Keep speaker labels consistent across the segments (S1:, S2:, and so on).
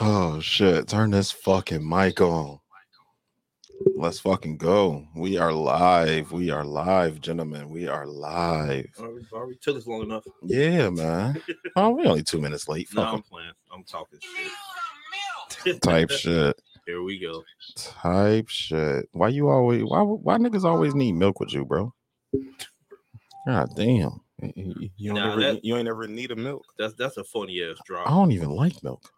S1: Oh shit! Turn this fucking mic on. Let's fucking go. We are live. We are live, gentlemen. We are live.
S2: Already, already took us long enough.
S1: Yeah, man. Oh, we only two minutes late.
S2: No,
S1: Fuck
S2: I'm
S1: 'em.
S2: playing. I'm talking shit.
S1: Type shit.
S2: Here we go.
S1: Type shit. Why you always? Why? Why niggas always need milk with you, bro? God damn.
S3: You don't
S2: Nah,
S3: ever,
S2: that-
S3: you ain't ever need a milk.
S2: That's that's a funny ass
S1: I
S2: drop.
S1: don't even like milk.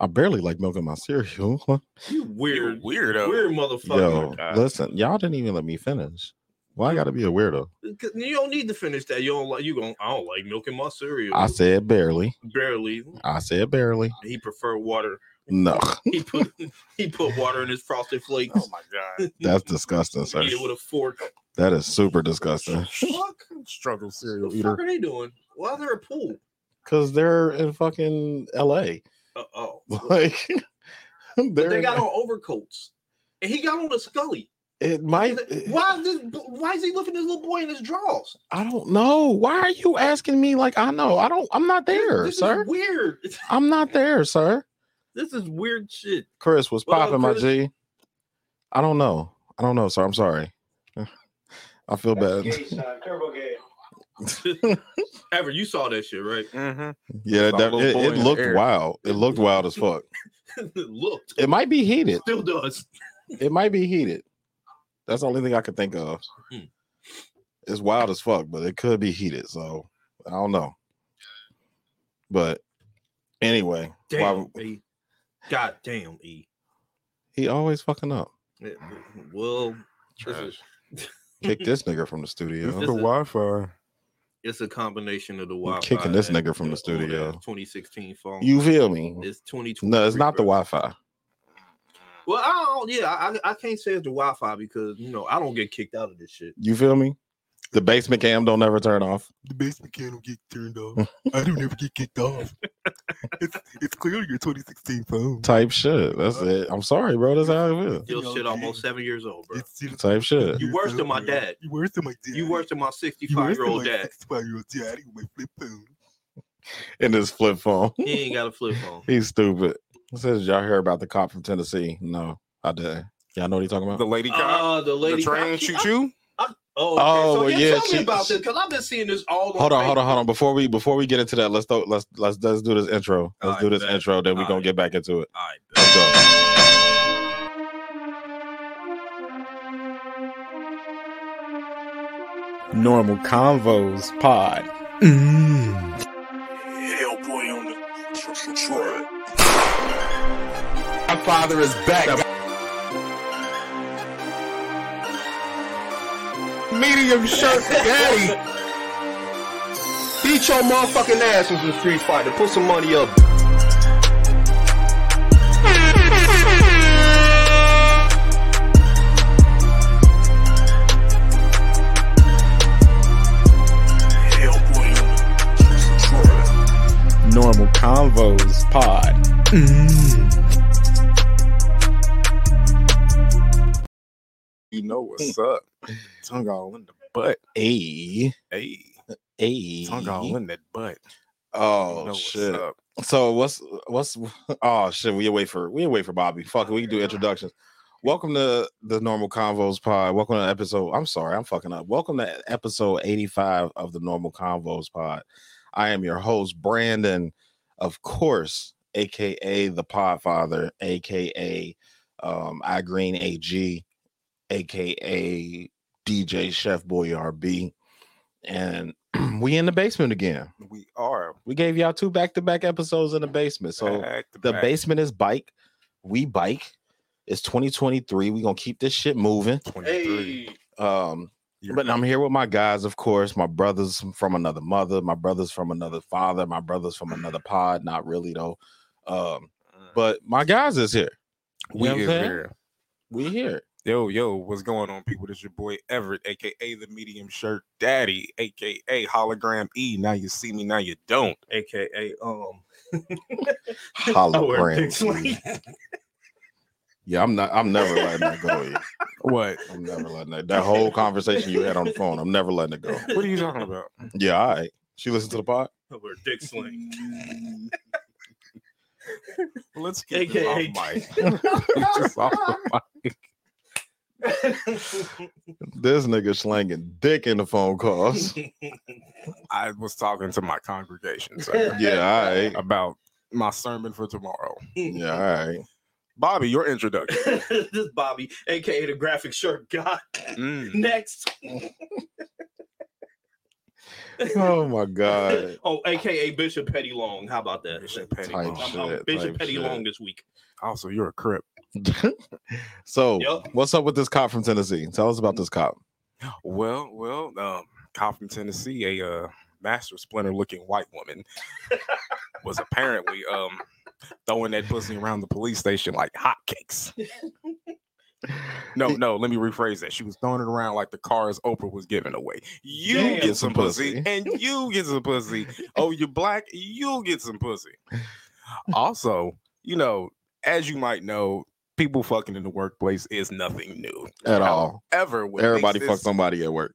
S1: I barely like milk in my cereal.
S2: You weird,
S3: weirdo.
S2: weird motherfucker.
S1: Yo,
S3: God.
S1: listen, y'all didn't even let me finish. Why I gotta be a weirdo?
S2: 'Cause You don't need to finish that. You don't like. You going I don't like milk in my cereal.
S1: I said barely.
S2: Barely.
S1: I said barely.
S2: He preferred water.
S1: No,
S2: He put he put water in his frosted flakes.
S3: my god.
S1: that's disgusting, sir.
S2: Eat it with a fork.
S1: That is super disgusting.
S2: Fuck.
S3: Struggle
S2: What
S3: cereal
S2: the fuck
S3: eater.
S2: are they doing? Why is there a pool?
S1: Cause they're in fucking L.A.
S2: Uh oh.
S1: Like they're,
S2: They got on overcoats, and he got on a Scully.
S1: it might. eh,
S2: Why is this? Why is he looking at this little boy in his drawers?
S1: I don't know. Why are you asking me? Like I know. I don't. I'm not there,
S2: this
S1: sir.
S2: Is weird.
S1: I'm not there, sir.
S2: This is weird shit.
S1: Chris was
S2: What up,
S1: popping, my
S2: Chris?
S1: G. I don't know. I don't know, sir. I'm sorry. I feel bad.
S2: Ever, you saw that shit, right?
S3: Mm-hmm.
S1: Yeah,
S3: Saw a
S1: that,
S3: little
S1: it,
S3: boy
S1: it
S3: in the
S1: looked
S3: air.
S1: wild. It looked wild as fuck.
S2: Looked,
S1: It might be heated.
S2: still does.
S1: It might be heated. That's the only thing I could think of.
S2: Hmm.
S1: It's wild as fuck, but it could be heated. So I don't know. But anyway,
S2: Damn,
S1: why-
S2: E. God damn, E.
S1: he always fucking up.
S2: Well, this
S3: Trash.
S2: is,
S1: Kick this nigga from the
S3: It's the
S1: studio.
S2: This is-
S3: Wi-Fi.
S2: it's a combination of the Wi-Fi.
S1: kicking this
S2: and-
S1: nigga from the
S2: and all
S1: studio.
S2: that 2016 phone.
S1: You feel me?
S2: it's 2020.
S1: No, it's not the Wi-Fi.
S2: Well, I don't. Yeah, I, I can't say it's the Wi-Fi because you know I don't get kicked out of this shit.
S1: You feel me? The basement cam don't ever turn off.
S3: The basement can don't get turned off. I don't ever get kicked off. It's it's clearly your 2016 phone.
S1: Type shit. That's it. I'm sorry, bro. That's how it is.
S2: Your
S3: Yo,
S2: shit
S3: G.
S2: almost seven years old, bro.
S3: It's, you know,
S1: Type shit.
S2: You worse than my dad.
S3: You worse than my dad.
S2: You worse than my 65 year old dad.
S3: 65 year old daddy with my flip phone.
S1: In this flip phone.
S2: He ain't got a flip phone.
S1: He's stupid. It says y'all hear about the cop from Tennessee. No, I didn't. Y'all know what he's talking about?
S3: The lady cop.
S2: Uh, the lady
S3: the train
S2: cop-
S3: shoot you.
S2: Oh,
S1: Oh,
S2: okay.
S1: well,
S2: so yeah,
S1: yeah,
S2: tell
S1: she-
S2: me about this because I've been seeing this all.
S1: Hold on, hold on, hold on. Before we before we get into that, let's do let's let's let's do this intro. Let's
S2: Alright,
S1: do this
S2: bet.
S1: intro, then we're gonna
S2: Alright.
S1: get back into it.
S2: All right,
S1: Let's go.
S4: Normal Convos Pod.
S3: Hellboy on the
S4: My father is back. Medium shirt daddy. Beat your motherfucking ass into the street fighter. Put some money up. Normal Convos Pod.
S3: You know what's
S1: Mm.
S3: up? Tongue all in the butt.
S1: A
S3: Hey,
S1: a
S3: tongue all in that butt. You know
S1: Oh
S3: what's
S1: shit.
S3: up.
S1: So what's what's oh shit, we wait for we wait for Bobby. Fuck it, we can do introductions. Welcome to the Normal Convos Pod. Welcome to episode. I'm sorry, I'm fucking up. Welcome to episode 85 of the Normal Convos Pod. I am your host, Brandon, of course, aka the Podfather, aka um I Green AG, aka DJ Chef Boy RB. And we in the basement again.
S3: We are
S1: We gave y'all two back to back episodes in the basement. So
S3: back to
S1: the
S3: back.
S1: basement is bike. We bike. It's 2023. We're gonna keep this shit moving.
S3: 23.
S2: hey,
S1: Um,
S3: You're
S1: but I'm here with my guys, of course. My brothers from another mother, my brothers from another father, my brothers from another pod. Not really though. Um, but my guys is here. You
S3: we
S1: know what I'm
S3: is
S1: saying?
S3: here.
S1: We here.
S3: Yo, yo, what's going on, people? This your boy Everett, aka the medium shirt daddy, aka hologram E. Now you see me, now you don't.
S2: aka um,
S1: Hologram. yeah, I'm not. I'm never letting that go. E.
S3: What?
S1: I'm never letting that. That whole conversation you had on the phone. I'm never letting it go.
S3: What are you talking about?
S1: Yeah, all right. She listened to the pod.
S2: We're dick sling.
S3: Let's get
S2: AKA.
S3: this off mic. Get this off the mic.
S1: This nigga slanging dick in the phone calls.
S3: I was talking to my congregation sir,
S1: Yeah, all right.
S3: about my sermon for tomorrow.
S1: Yeah, all right.
S3: Bobby, your introduction.
S2: this is Bobby, aka the graphic shirt guy.
S3: Mm.
S2: Next.
S1: Oh my god.
S2: oh, aka Bishop Petty Long. How about that?
S3: Bishop Petty
S1: Type
S3: Long.
S2: I'm, I'm
S1: Shit,
S2: Bishop
S1: type
S2: Petty
S1: shit.
S2: Long this week.
S3: Also, you're a crip.
S1: So,
S2: Yup.
S1: what's up with this cop from Tennessee? Tell us about this cop.
S3: Well, well, um, cop from Tennessee, a uh, master splinter looking white woman was apparently um throwing that pussy around the police station like hotcakes. No, no, let me rephrase that. She was throwing it around like the cars Oprah was giving away. You
S2: Damn.
S3: get some pussy, and you get some pussy. Oh, you're black, you'll get some pussy. Also, you know, as you might know, people fucking in the workplace is nothing new
S1: At all.
S3: Ever with
S1: Everybody
S3: these-
S1: fucked somebody at work.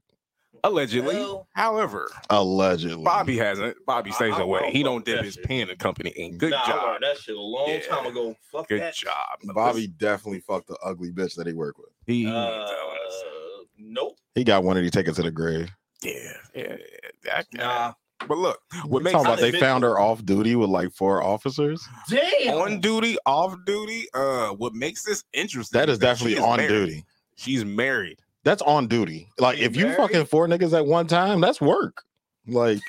S3: allegedly.
S2: Well,
S3: However,
S1: Allegedly.
S3: Bobby hasn't. Bobby
S2: I-
S3: stays
S2: I
S3: away.
S2: won't
S3: He
S2: fuck
S3: don't dip
S2: that
S3: his
S2: shit.
S3: pen and company in. Good
S2: nah, I
S3: job.
S2: learned that shit a long
S3: Yeah.
S2: time ago. Fuck
S3: Good
S2: that.
S3: job. But
S1: Bobby
S3: listen,
S1: definitely fucked the ugly bitch that he worked with.
S3: He, he ain't
S2: Uh,
S3: telling us.
S2: nope.
S1: He got one and he take it to the grave.
S3: Yeah, yeah, yeah. that-
S2: Nah.
S3: But look, what
S1: You
S3: makes
S1: talking about
S2: I
S1: they
S2: admit-
S1: found her off duty with like four officers?
S2: Damn.
S3: on duty, off duty, uh, what makes this interesting?
S1: That is
S3: she
S1: definitely on
S3: married.
S1: duty.
S3: She's married.
S1: That's on duty. Like
S2: She
S1: if you
S2: married?
S1: fucking four niggas at one time, that's work. Like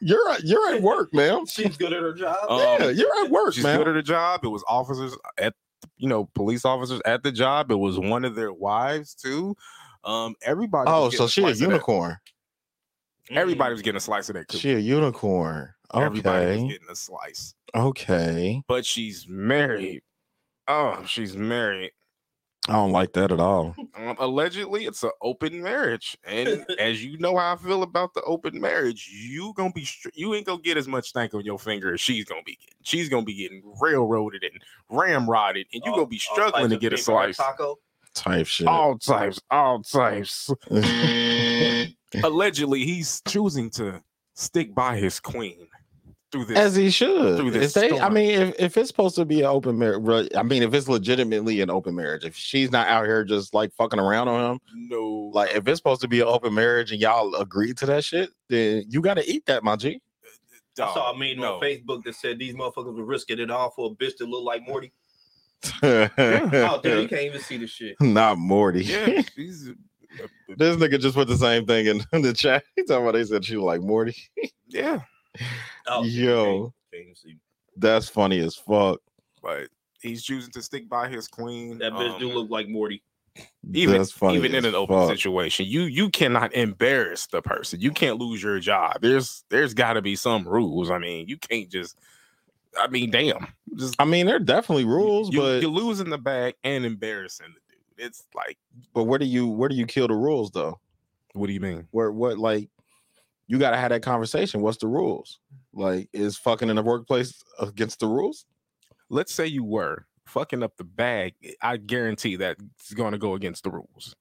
S1: you're at- you're at work, ma'am.
S2: She's good at her job.
S3: Um,
S1: Yeah, you're at work,
S3: She's
S1: man.
S3: good at her job. It was officers at you know police officers at the job. It was one of their wives too. Um, everybody. was
S1: Oh,
S3: getting
S1: so she a
S3: slice of that.
S1: unicorn.
S2: Mm-hmm.
S3: Everybody was getting a slice of that. cookie.
S1: She a unicorn.
S3: Everybody was
S1: Okay.
S3: getting a slice.
S1: Okay.
S3: but she's married. Oh, she's married.
S1: I don't like that at all.
S3: Um, allegedly, it's an open marriage, and as you know how I feel about the open marriage, you gonna be str- you ain't gonna get as much stank on your finger as she's gonna be getting. She's gonna be getting railroaded and ramrodded, and you
S2: All-
S3: gonna be
S2: all
S3: struggling
S2: types
S3: to
S2: of
S3: get a
S2: beef or
S3: slice.
S2: Taco.
S1: Type shit.
S3: All types, all types.
S1: As
S3: allegedly, he's choosing to stick by his queen through this.
S1: he should.
S3: Through
S1: If
S3: this
S1: they, I
S3: storm.
S1: mean, if, if it's supposed to be an open marriage, I mean, if it's legitimately an open marriage, if she's not out here just like fucking around on him,
S3: no,
S1: like if it's supposed to be an open marriage and y'all agree to that shit, then you got to eat that, my G.
S2: I saw a
S3: dog,
S2: meme
S3: no.
S2: on Facebook that said these motherfuckers were risking it all for a bitch that looked like Morty. Oh, dude, you
S1: Not
S2: can't even see the shit.
S1: Morty.
S3: Yeah, uh, she's
S1: This nigga just put the same thing in, the chat. He talking about they said she was like Morty.
S3: yeah.
S2: Oh, dude,
S1: Yo.
S2: can't- can't even see.
S1: That's funny as fuck.
S3: but he's choosing to stick by his queen.
S2: That bitch do
S3: um,
S2: look like Morty.
S3: even
S1: That's funny
S3: even in
S1: as
S3: an open
S1: fuck.
S3: situation. You you cannot embarrass the person. You can't lose your job. There's there's got to be some rules. I mean, you can't just. I mean, damn. Just
S1: I mean, there are definitely rules,
S3: you,
S1: but
S3: you're losing the bag and embarrassing the dude. It's like,
S1: but where do you where do you kill the rules though?
S3: what do you mean?
S1: Where what like you gotta have that conversation. What's the rules? Like, is fucking in the workplace against the rules?
S3: Let's say you were fucking up the bag. I guarantee that it's going to go against the rules.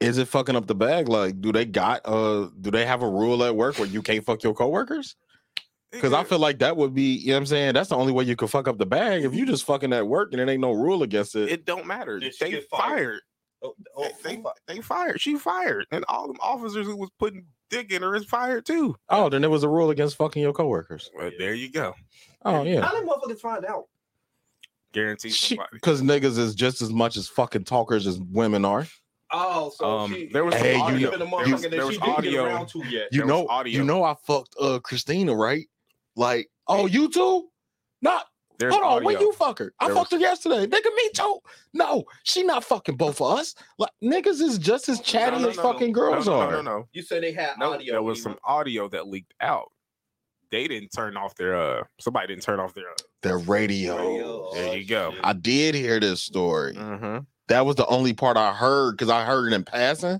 S1: Is it fucking up the bag? Like, do they got uh do they have a rule at work where you can't fuck your coworkers? Because I feel like that would be, you know what I'm saying? That's the only way you could fuck up the bag. If you just fucking at work and it ain't no rule against it.
S3: it don't matter.
S2: Did she
S3: They
S2: get fired?
S3: fired.
S2: Oh, oh,
S3: they,
S2: oh,
S3: they fired. She fired, and all them officers who was putting dick in her is fired too.
S1: oh, then there was a rule against fucking your coworkers.
S3: Well, there you go.
S1: Oh yeah.
S2: How did motherfuckers find out?
S3: Guarantee somebody.
S1: Because niggas is just as much as fucking talkers as women are.
S2: Oh, so
S3: Um,
S2: she,
S3: there was
S1: Hey, you know-
S2: audio. Been a
S3: there
S2: motherfucker
S3: was-
S2: that
S3: there was
S2: she didn't
S3: audio.
S2: Get around to yet.
S1: you
S3: There was
S1: know,
S3: audio.
S1: you know, I fucked uh Christina, right? Like, oh, you too? Not
S3: There's
S1: hold on,
S3: audio.
S1: when you fuck her, I
S3: There
S1: fucked her yesterday. Nigga, me too. No, she not fucking both of us. Like, niggas is just as chatty
S3: No, no,
S1: as
S3: no,
S1: fucking
S3: no,
S1: girls
S3: no,
S1: are.
S3: No, no,
S2: You said they had
S3: no. no
S2: audio.
S3: there was some
S2: even.
S3: audio that leaked out. They didn't turn off their. uh Somebody didn't turn off their. Uh,
S1: The radio.
S2: Radio.
S3: There you go.
S2: Oh, shit.
S1: I did hear this story.
S3: mm-hmm.
S1: That was the only part I heard because I heard it in passing.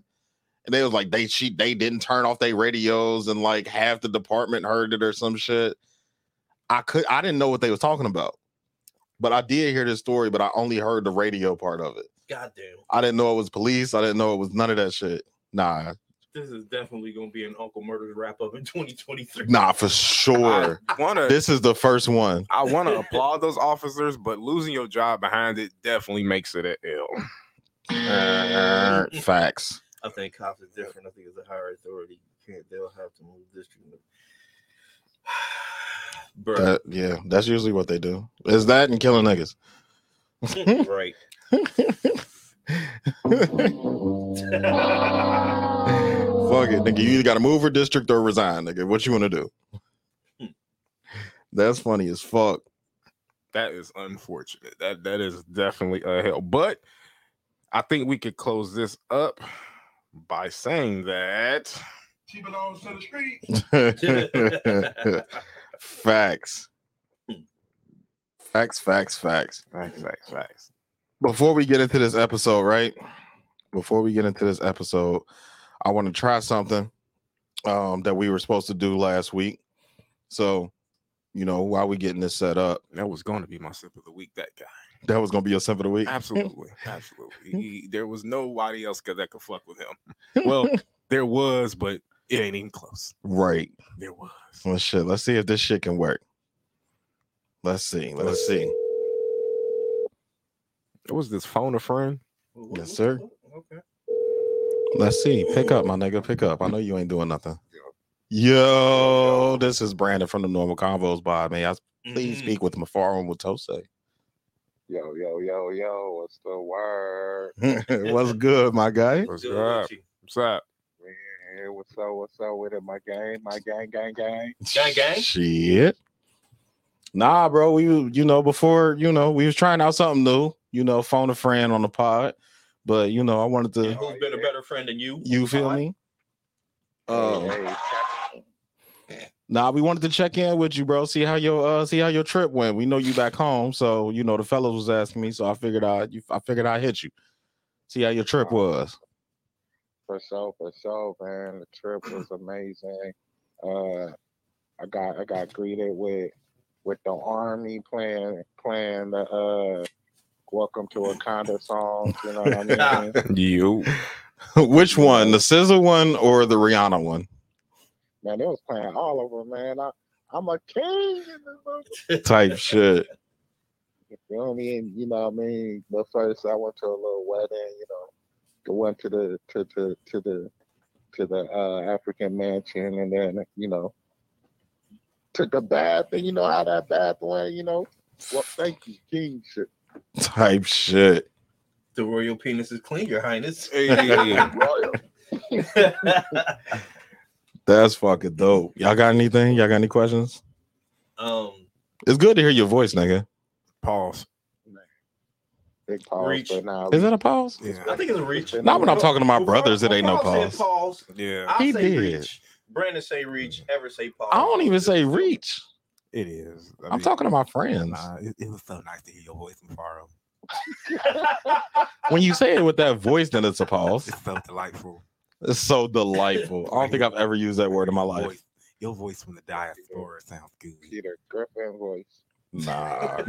S1: And they was like, they she they didn't turn off their radios and like half the department heard it or some shit. I could I didn't know what they was talking about. But I did hear this story, but I only heard the radio part of it.
S2: Goddamn.
S1: I didn't know it was police. I didn't know it was none of that shit. Nah,
S2: this is definitely gonna be an Uncle Murders wrap up in 2023.
S1: Nah, for sure.
S3: I wanna
S1: this is the first one.
S3: I wanna applaud those officers, but losing your job behind it definitely makes it an L.
S1: Uh, facts.
S2: I think cops is different. I think it's a higher authority. You can't. They'll have to move district. Bro,
S1: That- yeah, that's usually what they do. Is that and killing niggas. Uh-huh.
S2: right.
S1: Fuck it, nigga. You either gotta move or district or resign, nigga. What you wanna do? That's funny as fuck.
S3: That is unfortunate. That that is definitely a hell. But I think we could close this up by saying that
S5: She belongs to the street.
S1: facts. Facts, facts, facts.
S3: facts, facts, facts.
S1: Before we get into this episode, right? Before we get into this episode, I want to try something um that we were supposed to do last week. So, you know, while we getting this set up,
S3: That was going to be my sip of the week. That guy,
S1: that was gonna be a simp of the week.
S3: absolutely, absolutely. He- there was nobody else that could fuck with him. Well, there was, but it ain't even close.
S1: Right.
S3: There was.
S1: Well, shit. Let's see if this shit can work. Let's see. Let's see.
S3: was this phone a friend?
S1: Yes, sir.
S2: Okay.
S1: Let's see. Pick up, my nigga. Pick up. I know you ain't doing nothing. Yo, this is Brandon from the Normal Convos by May I please
S2: Mm. Mm-hmm.
S1: speak with Mafarum Watose.
S5: Yo, yo, yo, yo. What's the word?
S1: What's good, my guy?
S3: What's
S2: Good
S3: up?
S2: with you.
S3: What's up?
S5: Yeah, what's up? What's up with it? My gang, my gang, gang, gang.
S2: Gang, gang?
S1: Shit. Nah, bro. We was- you know before you know we was trying out something new. You know, phone a friend on the pod, but you know I wanted
S2: And
S1: to.
S2: who's been a better friend than you?
S1: Uh-huh. You feel me?
S5: Oh,
S1: Um,
S5: hey, check-
S1: Nah, we wanted to check in with you, bro. See how your uh, see how your trip went. We know you back home, so you know the fellows was asking me, so I figured I you, I figured I hit you. See how your
S5: Oh.
S1: trip was.
S5: for sure, for sure, man. The trip was amazing. Uh, I got I got greeted with with the army playing playing the uh welcome to Wakanda songs. You know what I mean?
S3: You.
S1: Which one, the Scissor one or the Rihanna one?
S5: man, they was playing all over, man. I, I'm a king in this motherfucker.
S1: Type shit.
S5: You know what I mean? You know what I mean? But first I went to a little wedding, you know. I went to the to to to the to the uh African mansion and then, you know, took a bath and you know how that bath went, you know. Well, thank you, King shit.
S1: Type shit.
S2: The royal penis is clean, your highness.
S3: Hey,
S5: Royal.
S1: That's fucking dope. Y'all got anything? Y'all got any questions?
S2: um,
S1: It's good to hear your voice, nigga.
S3: pause.
S5: Big pause,
S2: Reach.
S5: but nah,
S1: Is that a pause?
S2: I
S3: Yeah.
S2: think it's a reach.
S5: Not
S1: Not when I'm
S2: No,
S1: talking to my
S2: before-
S1: brothers. It ain't no
S2: before I said
S1: pause.
S2: Pause.
S3: Yeah.
S2: I
S1: He
S2: say
S1: did.
S2: reach. Brandon say reach. Ever say pause.
S1: I don't even say reach.
S3: It is. I
S1: I'm
S3: mean,
S1: talking to my friends.
S3: Nah, it, it was so nice to hear your voice from far off.
S1: When you say it with that voice, then it's a pause.
S3: It's so delightful.
S1: It's so delightful. I don't think I've ever used that word in my
S3: Your
S1: life.
S3: voice- your voice from the diaspora sounds good.
S5: Peter Griffin voice,
S1: Nah.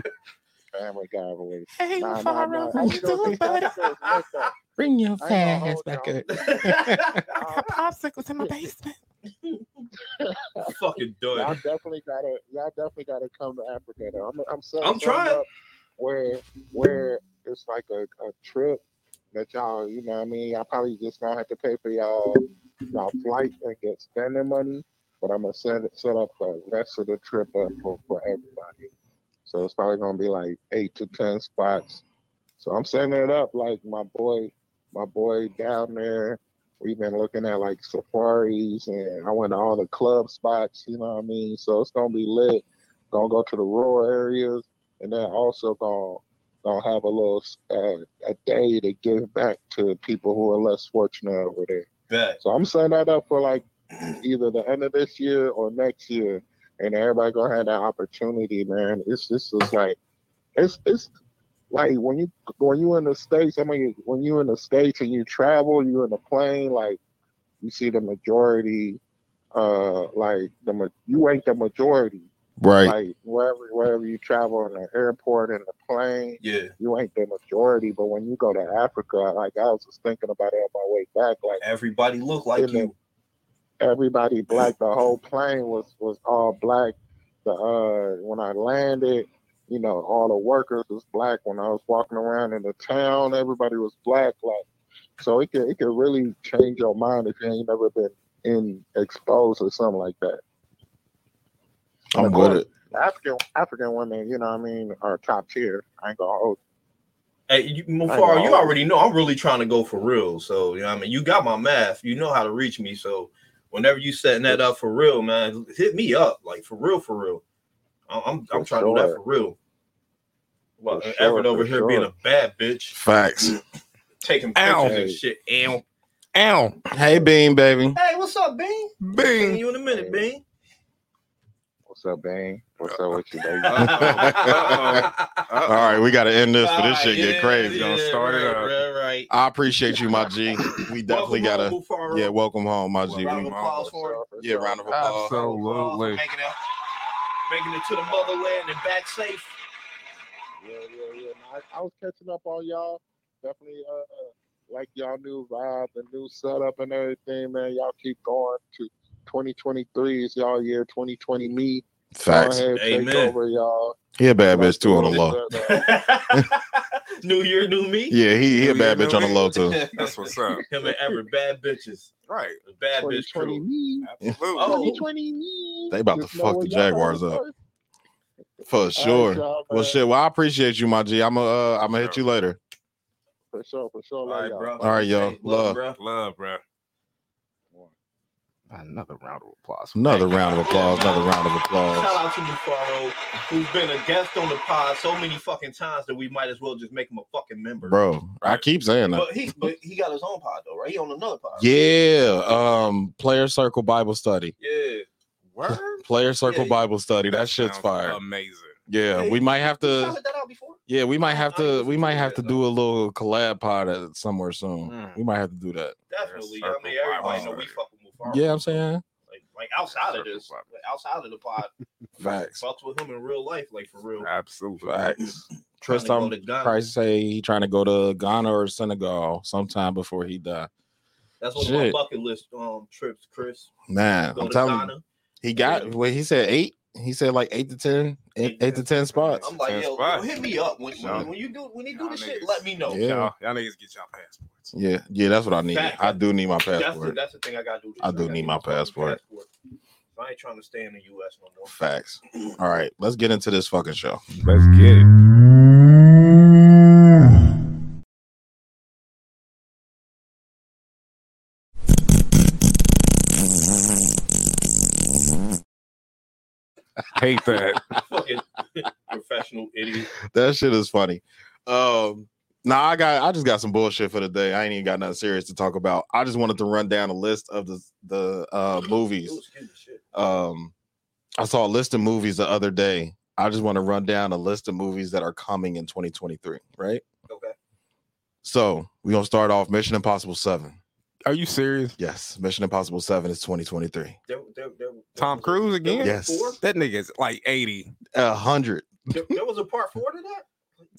S5: family guy voice.
S4: Hey,
S5: Nah, nah, nah. How you gonna do that? Listen,
S4: Bring your
S5: I ain't gonna hold y'all. uh,
S4: popsicles in my basement.
S2: Fucking
S5: Y'all
S2: done.
S5: definitely gotta, y'all definitely gotta come to Africa. Though. I'm, I'm, setting
S2: I'm
S5: something
S2: trying.
S5: up Where, where it's like a, a trip that y'all, you know, what I mean, y'all probably just gonna have to pay for y'all, y'all flight and get spending money. But I'm gonna set it, set up the rest of the trip up for, for everybody. So it's probably gonna be like eight to ten spots. So I'm setting it up like my boy, my boy down there. We've been looking at like safaris, and I went to all the club spots. You know what I mean? So it's gonna be lit. Gonna go to the rural areas, and then also gonna gonna have a little uh, a day to give back to people who are less fortunate over there.
S2: Bet.
S5: So I'm setting that up for like either the end of this year or next year, and everybody gonna have that opportunity, man. It's this is like, it's it's like when you when you in the states. I mean, when you in the states and you travel, you in a plane, like you see the majority, uh, like the ma- you ain't the majority.
S1: Right.
S5: Like wherever wherever you travel in the airport and the plane,
S2: Yeah,
S5: you ain't the majority. But when you go to Africa, like I was just thinking about it on my way back, like
S2: everybody look like
S5: Yeah,
S2: you.
S5: everybody black. The whole plane was was all black. The uh, when I landed, you know, all the workers was black. When I was walking around in the town, everybody was black. Like, so it can it can really change your mind if you ain't never been in exposed or something like that.
S1: I'm
S5: Of
S1: with
S5: course.
S1: it.
S5: African African women, you know, what I mean, are top tier. I ain't gonna hold.
S2: Hey, you,
S5: I
S2: Mufar, you
S5: know.
S2: already know I'm really trying to go for real. So you know, what I mean, you got my math. You know how to reach me. So whenever you setting that up for real, man, hit me up. Like for real, for real. I- I'm I'm
S5: For
S2: trying to do that
S5: sure.
S2: for real. Well,
S5: For sure,
S2: Everett over
S5: for
S2: here being a
S5: sure.
S2: bad bitch,
S1: Facts.
S2: taking pictures
S3: Ow.
S2: and shit. Ow.
S3: Ow.
S1: Hey, Bean, baby.
S2: Hey, what's up, Bean? Seeing
S3: Bing.
S2: you in a minute, Bean.
S5: What's up, Bang? What's up with you,
S2: Uh,
S5: baby?
S1: All right, we got to end this for this shit
S2: Ah,
S1: get crazy.
S3: yeah. Gonna start
S2: right,
S3: it up.
S2: Right, right.
S1: I appreciate you, my G. We definitely got to.
S2: Welcome home, Mufar.
S1: Yeah, welcome home, my G.
S2: Round
S1: We-
S2: of applause for him.
S1: Yeah, round of applause.
S3: Absolutely.
S2: Making it, making it to the motherland and back safe.
S5: Yeah, yeah, yeah. No, I, I was catching up on y'all. Definitely uh, like y'all new vibe, the new setup, and everything, man. Y'all keep going to 2023 is y'all year. 2020 me.
S1: Facts.
S5: Go ahead,
S2: Amen.
S5: take over, y'all. uh,
S1: He a bad bitch too on the low.
S2: new year, new me.
S1: Yeah, he, he a bad bitch on the low too.
S3: That's what's up.
S2: Him and Everett, bad bitches.
S3: Right.
S2: The Bad bitch
S5: 2020
S2: crew.
S5: me.
S3: Absolutely.
S2: Oh.
S5: 2020 me.
S1: They about to
S5: Just know
S1: fuck
S5: where
S1: the
S5: y'all at
S1: Jaguars up.
S5: first.
S1: For
S5: All right,
S1: sure.
S5: y'all,
S1: Well,
S5: man.
S1: shit. Well, I appreciate you, my G. I'm uh, I'm gonna hit you later.
S5: For sure, for sure.
S2: All
S5: Love
S2: right,
S5: y'all.
S2: bro.
S1: All right, y'all.
S2: Hey,
S1: Love.
S2: bro.
S3: Love, bro. Another round of applause.
S1: Another round of applause. Another round of
S2: Shout
S1: applause.
S2: out to Mufaro, who's been a guest on the pod so many fucking times that we might as well just make him a fucking member.
S1: Bro, I keep saying that.
S2: But he, but he got his own pod though, right? He on another pod.
S1: Yeah. Um, player circle Bible study.
S2: Yeah.
S3: Word?
S2: Um,
S1: Player circle
S2: Yeah.
S1: Bible study.
S3: That
S1: That shit's
S3: sounds
S1: fire.
S3: Amazing.
S1: Yeah, we might have
S2: You
S1: to.
S2: shouted that out before.
S1: Yeah, we might have
S2: I ain't
S1: to. We
S2: listened
S1: might
S2: to
S1: have to
S2: that, though.
S1: do a little collab pod at somewhere soon.
S3: Mm.
S1: We might have to do that.
S2: Definitely. I
S3: Circle
S2: mean, everybody
S1: Bible
S2: know we
S3: study.
S2: fucking Mufaro.
S1: Yeah, I'm saying
S2: Like, like outside of
S3: Circle
S2: this,
S3: Bible.
S2: like, outside of the pod,
S1: facts.
S2: fucked with him in real life, like for real.
S3: Absolutely.
S1: Facts.
S2: Trying to go
S1: Tristan
S2: to Ghana.
S1: Christ say he trying to go to Ghana or Senegal sometime before he die.
S2: That's one
S1: Shit.
S2: of my bucket list um trips, Chris.
S1: Man,
S2: Go
S1: I'm
S2: to
S1: telling
S2: Ghana.
S1: you, he got.
S2: Yeah.
S1: Wait, he said eight. He said like eight to ten. Eight, eight to ten spots.
S2: I'm like,
S3: Ten
S2: yo,
S3: spots.
S2: hit me up when,
S3: Nah.
S2: when, when you do when you do
S3: Nah,
S2: this shit.
S3: niggas.
S2: Let me know.
S1: Yeah.
S3: Y'all, y'all niggas get y'all passports.
S1: Yeah, yeah, that's what I need.
S2: Facts.
S1: I do need my
S2: That's the,
S1: passport.
S2: that's the thing I gotta do.
S1: I do
S2: gotta
S1: need
S2: get
S1: my
S2: fucking
S1: passport.
S2: I ain't trying to stay in the U.S. no more.
S1: Facts. All right, let's get into this fucking show.
S3: Let's get it. Hate that.
S2: fucking professional idiot.
S1: That shit is funny. Um, now I got I just got some bullshit for the day. I ain't even got nothing serious to talk about. I just wanted to run down a list of the the uh movies.
S2: Ooh, excuse me, shit.
S1: Um, I saw a list of movies the other day. I just want to run down a list of movies that are coming in 2023, right?
S2: Okay.
S1: So we're gonna start off Mission Impossible 7.
S3: Are you serious?
S1: Yes, Mission Impossible 7 is 2023.
S2: There, there, there, there
S3: Tom
S2: was a-
S3: Cruise
S2: there was
S3: again?
S2: a
S1: Yes.
S2: four?
S3: That nigga is like 80.
S1: A hundred.
S2: There, there was a part four to that.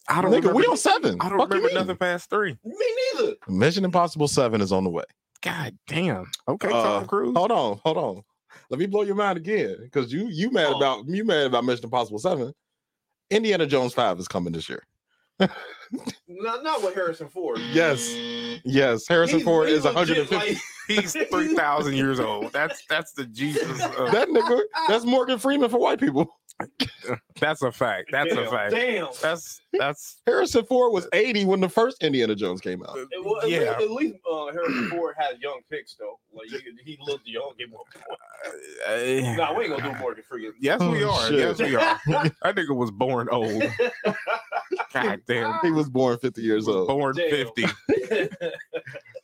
S3: I don't
S1: Nigga,
S3: remember.
S1: we on seven.
S3: I don't
S1: Fuck you
S3: remember
S1: mean?
S3: nothing past three.
S2: Me neither.
S1: Mission Impossible 7 is on the way.
S3: God damn. Okay,
S1: Uh,
S3: Tom Cruise.
S1: Hold on, hold on. Let me blow your mind again. Because you you mad
S2: Oh.
S1: about you mad about Mission Impossible 7. Indiana Jones 5 is coming this year.
S2: Not, not with Harrison Ford.
S1: Yes. Yes. Harrison
S2: He-
S1: Ford
S2: he
S1: is
S2: legit,
S1: 150.
S2: like-
S3: He's 3,000 years old. That's that's the Jesus. Of,
S1: that nigga, that's Morgan Freeman for white people.
S3: that's a fact. That's a
S2: damn,
S3: fact.
S2: Damn.
S3: That's that's
S1: Harrison Ford was 80 when the first Indiana Jones came out.
S2: It was,
S3: yeah.
S2: At least uh, Harrison Ford had young picks though. Like he, he looked young. Give him a- Nah, we ain't gonna do Morgan Freeman.
S3: eh. Yes, we
S1: Oh,
S3: are.
S1: shit.
S3: Yes, we are. That nigga was born old. God damn.
S1: He was born 50 years
S3: was
S1: old.
S3: born
S2: Damn.
S3: 50.
S2: With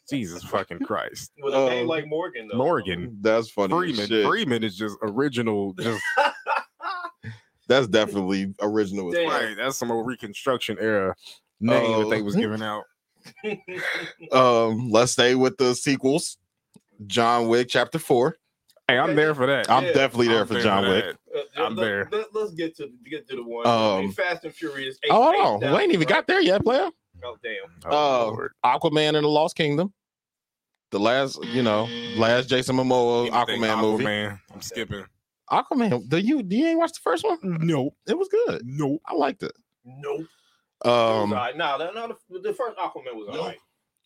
S3: Jesus fucking Christ.
S2: a name
S1: Um,
S2: like Morgan though.
S3: Morgan.
S1: That's funny. as
S3: Freeman.
S1: shit.
S3: Freeman is just original. Just
S2: Uh,
S1: That's definitely original. as
S2: Damn.
S1: fuck.
S3: right. That's some old Reconstruction era name that they was
S1: Uh,
S3: giving out.
S1: Um, let's stay with the sequels. John Wick Chapter 4.
S3: Hey, I'm there for that.
S1: I'm
S2: Yeah.
S1: definitely there for John Wick.
S2: Uh,
S3: I'm
S2: let,
S3: there.
S2: Let, us get to get to the one.
S1: Um,
S2: I mean, Fast and Furious. Eight,
S1: Oh,
S2: eight
S1: hold on.
S2: thousand,
S1: We ain't even
S2: right?
S1: got there yet, player.
S2: Oh damn.
S1: Oh, Aquaman and the Lost Kingdom. The last, you know, last Jason Momoa Aquaman, movie.
S3: Man, I'm skipping.
S1: Aquaman. Do you do you ain't watch the first one?
S3: Nope.
S1: It was good.
S3: Nope.
S1: I liked it.
S2: Nope.
S1: Um,
S2: Nah, nah, that- nah, the, the first Aquaman was
S4: Nope.
S2: alright,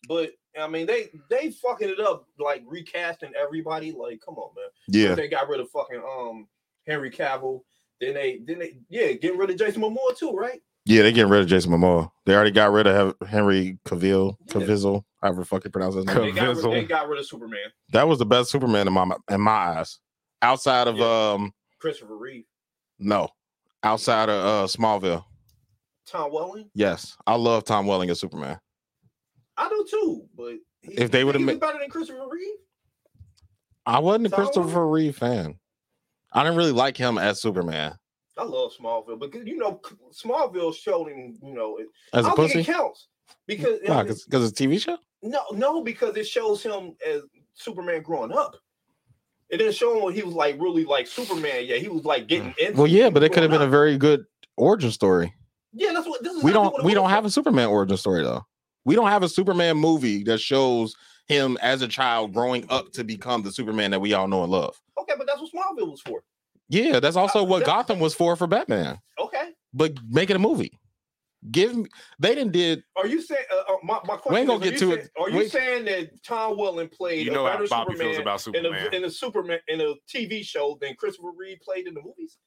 S2: but I mean they they fucking it up like recasting everybody. Like, come on, man.
S1: yeah,
S2: They got rid of fucking um Henry Cavill. Then they then they yeah getting rid of Jason Momoa too, right?
S1: yeah. They getting rid of Jason Momoa. They already got rid of Hev- Henry Cavill,
S2: Yeah.
S1: Cavizel, however fucking pronounce his name.
S2: They got, rid,
S3: Cavill.
S2: they got rid of Superman,
S1: That was the best Superman in my in my eyes. Outside of um,
S2: Christopher Reeve,
S1: no, outside of uh Smallville.
S2: Tom Welling.
S1: Yes, I love Tom Welling as Superman.
S2: I do too, but he-
S1: If they
S2: you
S1: would've
S2: think
S1: ma-
S2: he's better than Christopher Reeve.
S1: I wasn't a
S2: Tom Welling?
S1: Christopher Reeve fan. I didn't really like him as Superman.
S2: I love Smallville, but you know Smallville showed him. You know, it, I
S1: As a
S2: don't
S1: pussy?
S2: think it counts because
S1: Why? Because it's a TV show?
S2: No, no, because it shows him as Superman growing up. It didn't show him when he was like really like Superman. Yeah, he was like getting into
S1: Mm. Well, yeah,
S2: things
S1: but it could have
S2: growing
S1: been a
S2: up.
S1: very good origin story.
S2: yeah, that's what this is.
S1: we
S2: exactly
S1: don't
S2: what it
S1: we
S2: was.
S1: don't have a Superman origin story though. We don't have a Superman movie that shows him as a child growing up to become the Superman that we all know and love.
S2: Okay, but that's what Smallville was for.
S1: Yeah, that's also
S2: Uh,
S1: what
S2: that-
S1: Gotham was for for Batman.
S2: Okay,
S1: But make it a movie. Give me, they didn't did
S2: are you saying uh, uh, my my question?
S1: ain't
S2: is,
S1: gonna
S2: are
S1: get
S2: you
S1: to
S2: say-
S1: it.
S2: Are you
S1: Wait.
S2: saying that Tom Welling played
S3: You
S2: a
S3: know
S2: better
S3: how Bobby
S2: Superman,
S3: feels about
S2: in
S3: Superman.
S2: a in a Superman in a TV show than Christopher Reeve played in the movies?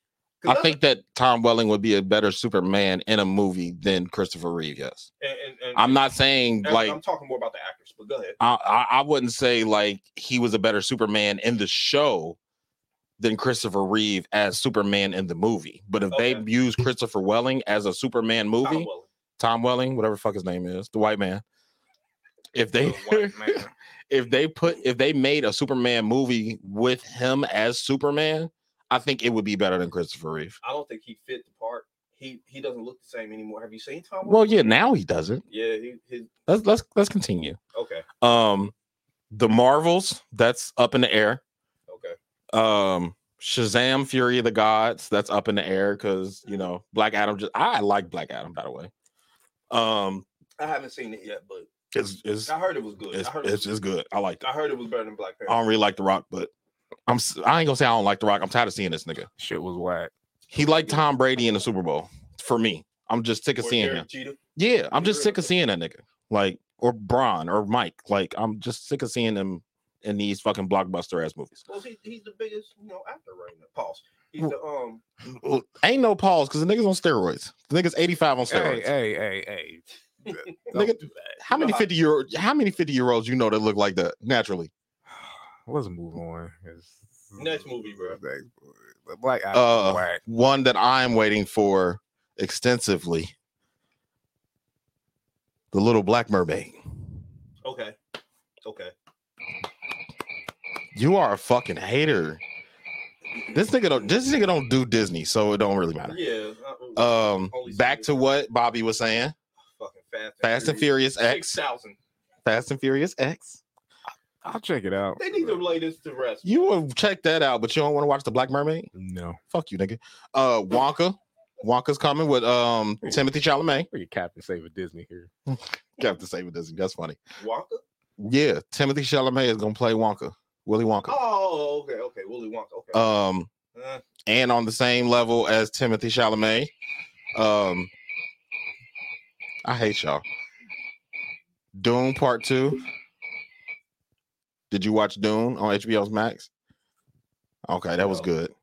S2: 'Cause
S1: I
S2: that's-
S1: think that Tom Welling would be a better Superman in a movie than Christopher Reeve. Yes,
S2: and, and, and,
S1: I'm not saying
S2: and
S1: like
S2: I'm talking more about the actors, but go ahead.
S1: I, I I wouldn't say like he was a better Superman in the show than Christopher Reeve as Superman in the movie. But if they
S2: Okay.
S1: use Christopher Welling as a Superman
S2: Tom
S1: movie,
S2: Welling.
S1: Tom Welling, whatever the fuck his name is, the white man. If
S3: The
S1: they
S3: white man.
S1: if they put if they made a Superman movie with him as Superman, I think it would be better than Christopher Reeve.
S2: I don't think he fit the part. He he doesn't look the same anymore. Have you seen Tom?
S1: Well,
S2: Welling?
S1: yeah, now he doesn't.
S2: yeah, he, his
S1: Let's let's let's continue.
S2: okay,
S1: Um the Marvels, that's up in the air.
S2: okay.
S1: um Shazam Fury of the Gods that's up in the air cuz
S2: Mm-hmm.
S1: you know Black Adam just I like Black Adam by the way. Um
S2: I haven't seen it yet, but
S1: it's it's
S2: I heard it was good.
S1: it's,
S2: I heard it
S1: it's
S2: was,
S1: just good. I like that.
S2: I heard it was better than Black
S1: I
S2: Panther.
S1: don't really like The Rock but I'm s- I ain't going to say I don't like The Rock. I'm tired of seeing this nigga.
S3: Shit was whack.
S1: He like Tom Brady in the Super Bowl for me. I'm just sick of
S2: Or
S1: seeing
S2: Derek
S1: him.
S2: Jeter.
S1: Yeah, I'm just
S2: Really?
S1: sick of seeing that nigga. Like or Braun or Mike. Like I'm just sick of seeing them in these fucking blockbuster ass movies.
S2: Well, he, he's the biggest you know actor right now. Pause. He's the um.
S1: Well, Ain't no pause cuz the niggas on steroids. The niggas 85 on steroids.
S3: Hey, hey, hey, hey.
S1: Nigga,
S3: do that.
S1: How many
S2: No, I-
S1: fifty year how many fifty year olds you know that look like that naturally?
S3: Let's move on. It's-
S2: um, Next movie, bro.
S3: Next movie. The Black Adam was
S1: Uh,
S3: whack.
S1: one that I'm waiting for extensively. The Little Black Mermaid.
S2: Okay. Okay.
S1: You are a fucking hater. This nigga don't. This nigga don't do Disney, so it don't really matter.
S2: Yeah. Uh,
S1: Um, back to what Bobby was saying.
S2: fucking fast.
S1: Fast and Furious
S2: Six
S1: X.
S2: thousand.
S1: Fast and Furious X.
S3: I'll check it out.
S2: They need to lay this to rest.
S1: You will check that out, but you don't want to watch the Black Mermaid.
S3: No.
S1: Fuck you, nigga. Uh, Wonka. Wonka's coming with um
S3: Hmm.
S1: Timothy Chalamet.
S3: Where your captain saving Disney here?
S1: Got to say with Disney. That's funny.
S2: Wonka.
S1: Yeah, Timothy Chalamet is gonna play Wonka, Willy Wonka.
S2: Oh, okay, okay. Willy Wonka. Okay.
S1: Um,
S2: Uh,
S1: and on the same level as Timothy Chalamet. Um, I hate y'all. Dune Part Two. Did you watch Dune on HBO's Max? Okay, that was
S2: No.
S1: good.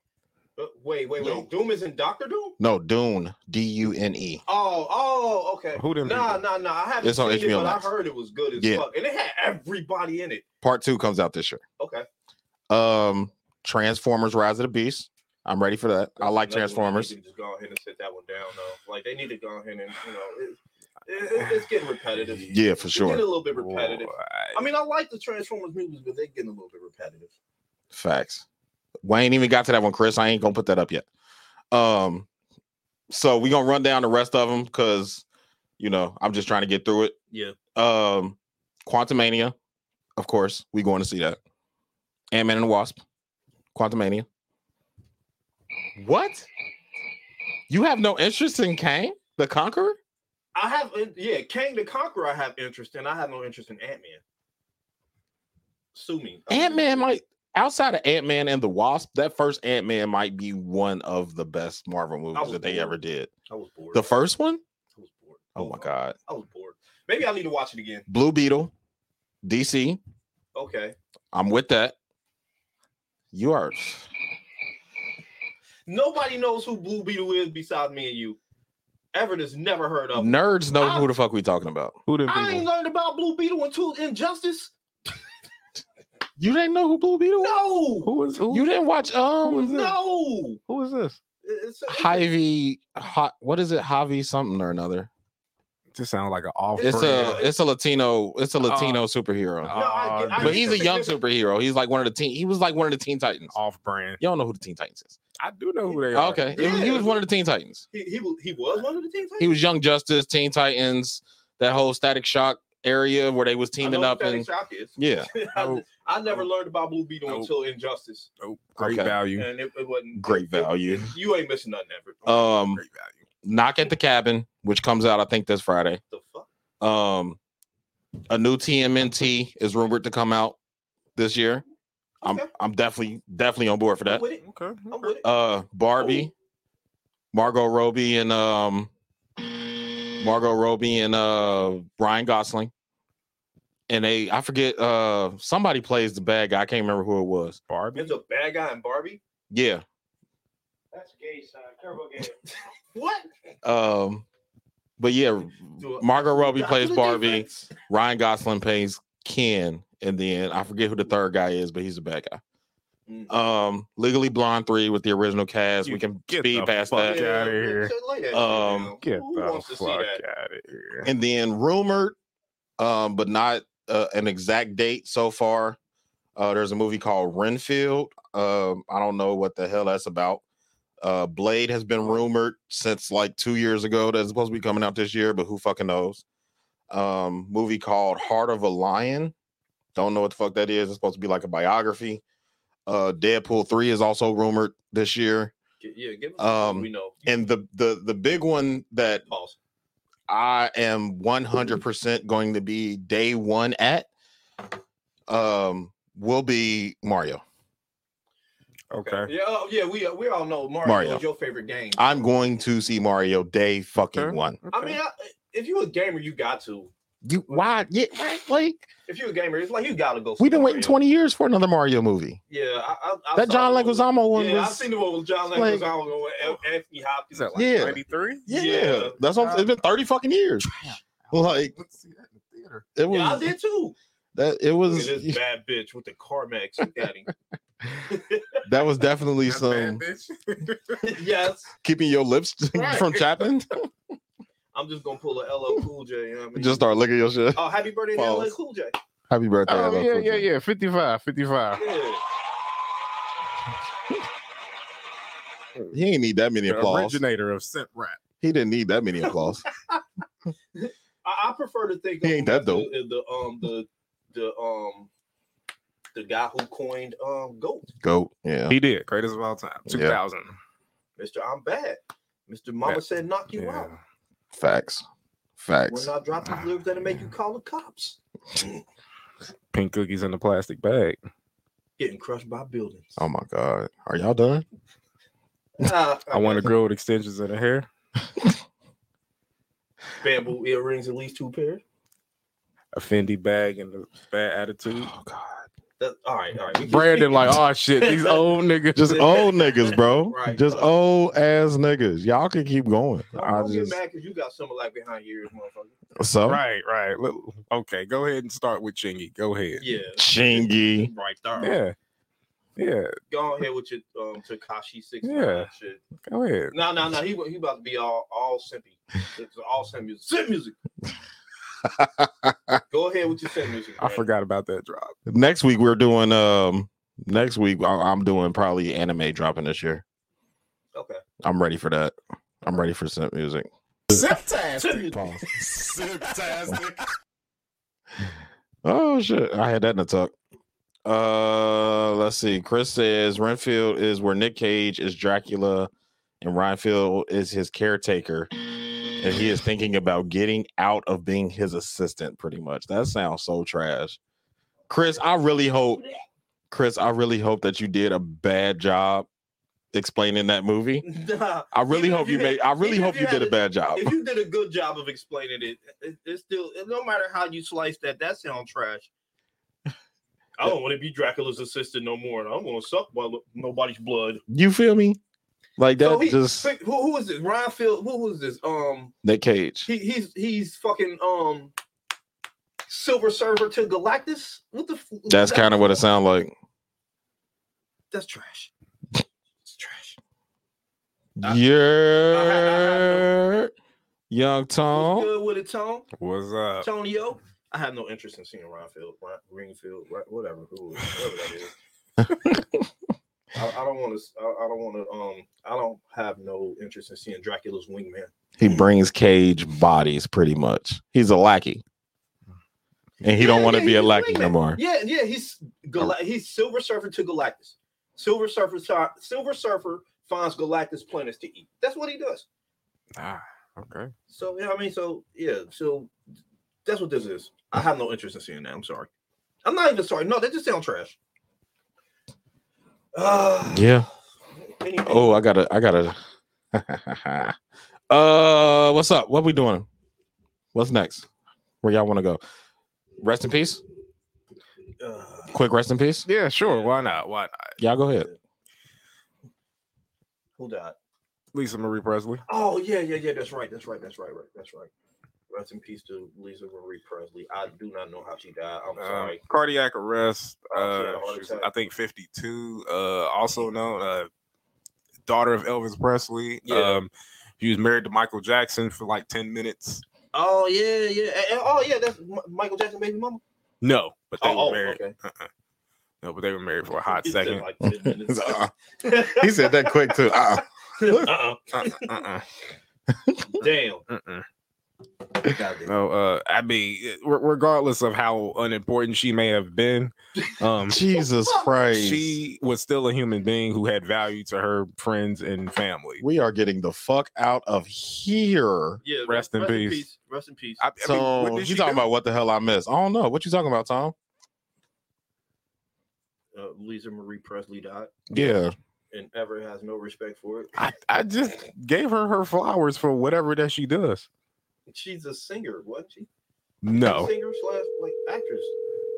S2: but wait, wait, wait.
S1: No.
S2: Doom isn't Doctor Doom.
S1: No, Dune, D U N E.
S2: Oh, oh, okay.
S3: Who them
S2: Nah,
S3: people?
S2: nah, nah. I haven't
S1: It's
S2: seen
S1: on
S2: it,
S1: HBO
S2: but I
S1: Max.
S2: heard it was good as
S1: Yeah.
S2: fuck, and it had everybody in it.
S1: Part Two comes out this year.
S2: Okay.
S1: Um, Transformers: Rise of the Beast. I'm ready for that. I like
S2: Another one
S1: Transformers.
S2: They need to just go ahead and sit that one down, though. Like they need to go ahead and you know, it, it, it- it's getting repetitive. It's
S1: Yeah, for
S2: getting a
S1: sure.
S2: little bit repetitive.
S3: Right.
S2: I mean, I like the Transformers movies, but they're getting a little bit repetitive.
S1: Facts. Wayne even got to that one, Chris. I ain't gonna put that up yet. Um, so we gonna run down the rest of them because you know I'm just trying to get through it.
S2: Yeah.
S1: Um, Quantumania, of course, we going to see that. Ant Man and the Wasp, Quantumania. What? You have no interest in Kang the Conqueror?
S2: I have uh, yeah, Kang the Conqueror. I have interest in. I have no interest in Ant Man. Sue me.
S1: Ant Man might outside of Ant Man and the Wasp, that first Ant Man might be one of the best Marvel movies
S2: was
S1: that they
S2: bored.
S1: ever did.
S2: I was bored.
S1: The first one?
S2: I was bored.
S1: Oh my god.
S2: I was bored. Maybe I need to watch it again.
S1: Blue Beetle, DC.
S2: Okay.
S1: I'm with that. You are
S2: Nobody knows who Blue Beetle is besides me and you. Everett has never heard of. him.
S1: nerds know
S2: I-
S1: who the fuck we talking about.
S3: Who them
S2: I ain't
S3: people?
S2: learned about Blue Beetle until Injustice.
S1: You didn't know who Blue Beetle was?
S2: No.
S3: Who is who?
S1: You didn't watch um
S3: is it?
S2: No.
S3: who is this?
S2: It's, it's,
S1: Hyvie hot what is it? Javi something or another.
S3: Just sound like an off.
S1: It's uh,
S3: brand.
S1: a it's a Latino, it's a
S2: Uh,
S1: Latino superhero.
S2: No, I get- I
S1: but he's a
S2: understand.
S1: young superhero. He's like one of the teen. He was like one of the Teen Titans.
S3: off brand.
S1: You don't know who the Teen Titans is.
S3: I do know who they are.
S1: Okay, he was- he
S2: Uh, Yeah.
S1: was one of the Teen Titans.
S2: he, he was he was one of the teams.
S1: He was Young Justice, Teen Titans, that whole Static Shock area where they was
S2: I know
S1: teaming
S2: who
S1: up
S2: Static
S1: and
S2: Shock is.
S1: yeah,
S2: I,
S3: Nope.
S2: I never learned about Blue Beetle
S3: Nope.
S2: until Injustice,
S3: Nope. Great
S1: Okay.
S3: value.
S2: and it, it wasn't
S1: great value.
S2: You ain't missing nothing, Everett.
S1: Um,
S3: Great value.
S1: Knock at the Cabin, which comes out I think this Friday.
S2: the fuck?
S1: Um, a new TMNT is rumored to come out this year. I'm
S2: Okay.
S1: I'm definitely definitely on board for
S2: I'm
S1: that.
S2: with it.
S3: Okay.
S2: I'm with it.
S1: Uh, Barbie, Margot Robbie, and um, Margot Robbie and uh Ryan Gosling. And they, I forget, uh, somebody plays the bad guy. I can't remember who it was.
S3: Barbie.
S2: There's a bad guy in Barbie.
S1: Yeah.
S6: That's gay, son. Turbo gay.
S2: What?
S1: Um, but yeah,
S2: Do a-
S1: Margot Robbie
S2: Doctor
S1: plays
S2: the
S1: Barbie.
S2: defense.
S1: Ryan Gosling plays Ken, and then I forget who the third guy is, but he's a bad guy.
S2: Mm.
S1: Um, Legally Blonde three with the original cast.
S3: You
S1: we can
S3: get
S1: speed
S3: the
S1: past that.
S3: fuck out. outta here.
S2: shit like that,
S1: Um,
S2: man.
S3: Get
S2: Who
S3: the
S2: wants to see
S3: fuck out
S2: that?
S3: of here.
S1: and then rumored, um, but not uh, an exact date so far. Uh, there's a movie called Renfield. Um, I don't know what the hell that's about. Uh, Blade has been rumored since like two years ago that's supposed to be coming out this year, but who fucking knows? Um, movie called Heart of a Lion. Don't know what the fuck that is. It's supposed to be like a biography. Uh, Deadpool 3 is also rumored this year.
S2: G- Yeah, give us
S1: Um,
S2: what we know.
S1: And the the the big one that
S2: Pause.
S1: I am 100% going to be day one at um will be Mario.
S3: Okay.
S2: Yeah, oh, yeah, we we all know Mario,
S1: Mario.
S2: is your favorite game. I,
S1: I'm going to see Mario day fucking
S3: Okay.
S1: one.
S3: okay.
S2: mean, I, if you a gamer, you got to.
S1: You why? Yeah, right. Like
S2: If you a gamer, it's like you gotta go. see
S1: we've been waiting
S2: Mario.
S1: 20 years for another Mario movie.
S2: Yeah, I, I, I
S1: That
S2: saw
S1: John
S2: the one with-
S1: Leguizamo one
S2: Yeah, I've
S1: was
S2: seen the one with John
S1: like-
S2: Leguizamo and Anthony
S3: Is
S2: E Hopkins.
S3: that like
S1: Yeah.
S3: 93?
S1: yeah,
S2: Yeah.
S1: that's what I'm- it's been 30 fucking years. Like
S3: Let's see that in the theater.
S1: it was
S2: yeah, I did too.
S1: that it
S2: Look at
S1: was
S2: this bad bitch with the Carmax look at him.
S1: that was definitely
S3: That bad
S1: some
S3: bitch.
S2: yes,
S1: keeping your lips
S2: Right.
S1: from chapping.
S2: I'm just gonna pull a LL Cool J. You know what I mean?
S1: Just start licking your shit.
S2: oh, happy birthday, to
S1: Pause.
S2: LL Cool J.
S1: Happy birthday.
S4: Oh
S1: LL
S4: yeah,
S1: Cool
S4: yeah,
S1: J.
S4: yeah. 55, 55.
S2: Yeah.
S1: He ain't need that many
S3: The
S1: applause.
S3: originator of Simp Rap.
S1: He didn't need that many applause.
S2: I, I prefer to think
S1: He
S2: of
S1: ain't
S2: him
S1: that
S2: as
S1: dope.
S2: The, the um the the um the guy who coined um goat,
S1: Goat. Yeah.
S3: He did. Greatest of all time.
S1: Yeah.
S3: 2000.
S2: Mister. I'm bad, Mister. Mama
S3: Yeah.
S2: said knock you
S3: Yeah.
S2: out.
S1: Facts. Facts.
S2: When I drop these lyrics, that'll make you call the cops.
S3: Pink cookies in the plastic bag.
S2: Getting crushed by buildings.
S1: Oh my God. Are y'all done?
S2: Ah,
S3: I want a girl with extensions in her hair.
S2: bamboo earrings, at least two pairs.
S3: A Fendi bag and a bad attitude.
S1: Oh God.
S2: That, all right, all right. We keep
S3: Brandon,
S2: speaking.
S3: like, oh shit, these old niggas.
S1: Just uh-huh. old niggas, bro.
S2: Right.
S1: Just old ass niggas. Y'all can keep going.
S2: Don't,
S1: I
S2: don't
S1: just
S2: get mad because you got something like behind your ears, motherfucker.
S1: so
S3: Right, right. Look, Okay, go ahead and start with Chingy. Go ahead.
S2: Yeah,
S1: chingy.
S2: right there.
S3: Yeah. Yeah.
S2: Go ahead with your um, Takashi six.
S3: Yeah.
S2: Yeah. Shit.
S3: Go ahead.
S2: No, no, no. He wa- he about to be all all simpy. It's all simp music. Simp music. Go ahead with your simp music.
S3: I
S2: man.
S3: forgot about that drop.
S1: Next week we're doing um next week I- I'm doing probably anime dropping this year.
S2: Okay.
S1: I'm ready for that. I'm ready for simp music.
S2: Simp music.
S1: Pause. Oh shit. I had that in the tuck. Uh, let's see. Chris says Renfield is where Nick Cage is Dracula, and Renfield is his caretaker, and he is thinking about getting out of being his assistant. Pretty much. That sounds so trash. Chris, I really hope, Chris, I really hope that you did a bad job explaining that movie.
S2: Nah,
S1: I really
S2: even if
S1: hope you
S2: had-
S1: made. I really
S2: even if
S1: hope you
S2: had
S1: did a
S2: it-
S1: bad job.
S2: If you did a good job of explaining it, it it's still it- no matter how you slice that, that sounds trash. I don't want to be Dracula's assistant no more, and I don't want to suck bu- nobody's blood.
S1: You feel me? Like that?
S2: So he-
S1: just
S2: who, who is this? Ryan Field? Who was this? Um,
S1: Nick Cage.
S2: He, he's he's fucking um silver server to Galactus. What the? f-
S1: That's
S2: that-
S1: kind of what it sounds like.
S2: That's trash. It's trash. I-
S1: Yeah. Young
S2: What's
S1: Tom.
S2: good with it, Tone?
S3: What's up?
S2: Tonio. Uh, I have no interest in seeing Ron Field, Ron, Greenfield, Ron- whatever, who, whatever that is. I, I don't want to. I, I don't want to. Um, I don't have no interest in seeing Dracula's wingman.
S1: He brings Cage bodies pretty much. He's a lackey. And he don't
S2: Yeah,
S1: want to
S2: yeah,
S1: be
S2: he's
S1: a
S2: the
S1: lackey no
S2: wingman.
S1: more. Oh.
S2: Yeah, yeah, he's Gal- he's Silver Surfer to Galactus. Silver Surfer, ti- Silver Surfer finds Galactus planets to eat. That's what he does.
S3: Ah, okay.
S2: So yeah, I mean, so yeah, so that's what this is. I have no interest in seeing that. I'm sorry. I'm not even sorry. No, that just sound trash. Uh,
S1: Yeah.
S2: Anyway,
S1: Oh, I gotta I gotta uh what's up? What we doing? What's next? Where y'all wanna go? Rest in peace?
S2: uh,
S1: Quick rest in peace?
S3: Yeah, sure. Why not? Why not?
S1: Y'all go ahead.
S2: who died?
S3: Lisa Marie Presley.
S2: Oh yeah, yeah, yeah. That's right. That's right. That's right. Right. That's right. Rest in peace to Lisa Marie Presley. I do not know how she died. I'm
S3: Um,
S2: sorry.
S3: cardiac arrest.
S2: Oh, she had
S3: Uh,
S2: a heart
S3: she was,
S2: attack.
S3: I think 52. Uh, also known uh, daughter of Elvis Presley.
S2: Yeah.
S3: Um, he was married to Michael Jackson for like 10 minutes.
S2: Oh yeah, yeah. And- and- oh yeah, that's M- Michael Jackson baby mama.
S3: No, but they
S2: Oh,
S3: were married.
S2: okay.
S3: Uh-uh. No, but they were married for a hot
S2: It took
S3: second.
S2: like 10 minutes.
S1: Uh-uh. He said that quick too. Uh-uh.
S2: Uh-uh.
S3: Uh-uh, uh-uh,
S2: Damn.
S3: uh-uh.
S2: Goddamn.
S3: No, uh, I mean, it- re- regardless of how unimportant she may have been, um,
S1: Jesus Christ.
S3: she was still a human being who had value to her friends and family.
S1: we are getting the fuck out of here.
S2: Yeah.
S3: Rest in peace.
S2: Rest in peace.
S3: I, I mean,
S1: So
S3: what did
S1: you
S3: she
S1: talking
S3: do?
S1: about what the hell I missed? I don't know. What you talking about, Tom?
S2: Uh, Lisa Marie Presley died,
S1: Yeah.
S2: and ever has no respect for it.
S3: I, I just gave her her flowers for whatever that she does.
S2: She's a singer, wasn't she?
S3: No,
S2: Singer slash like actress.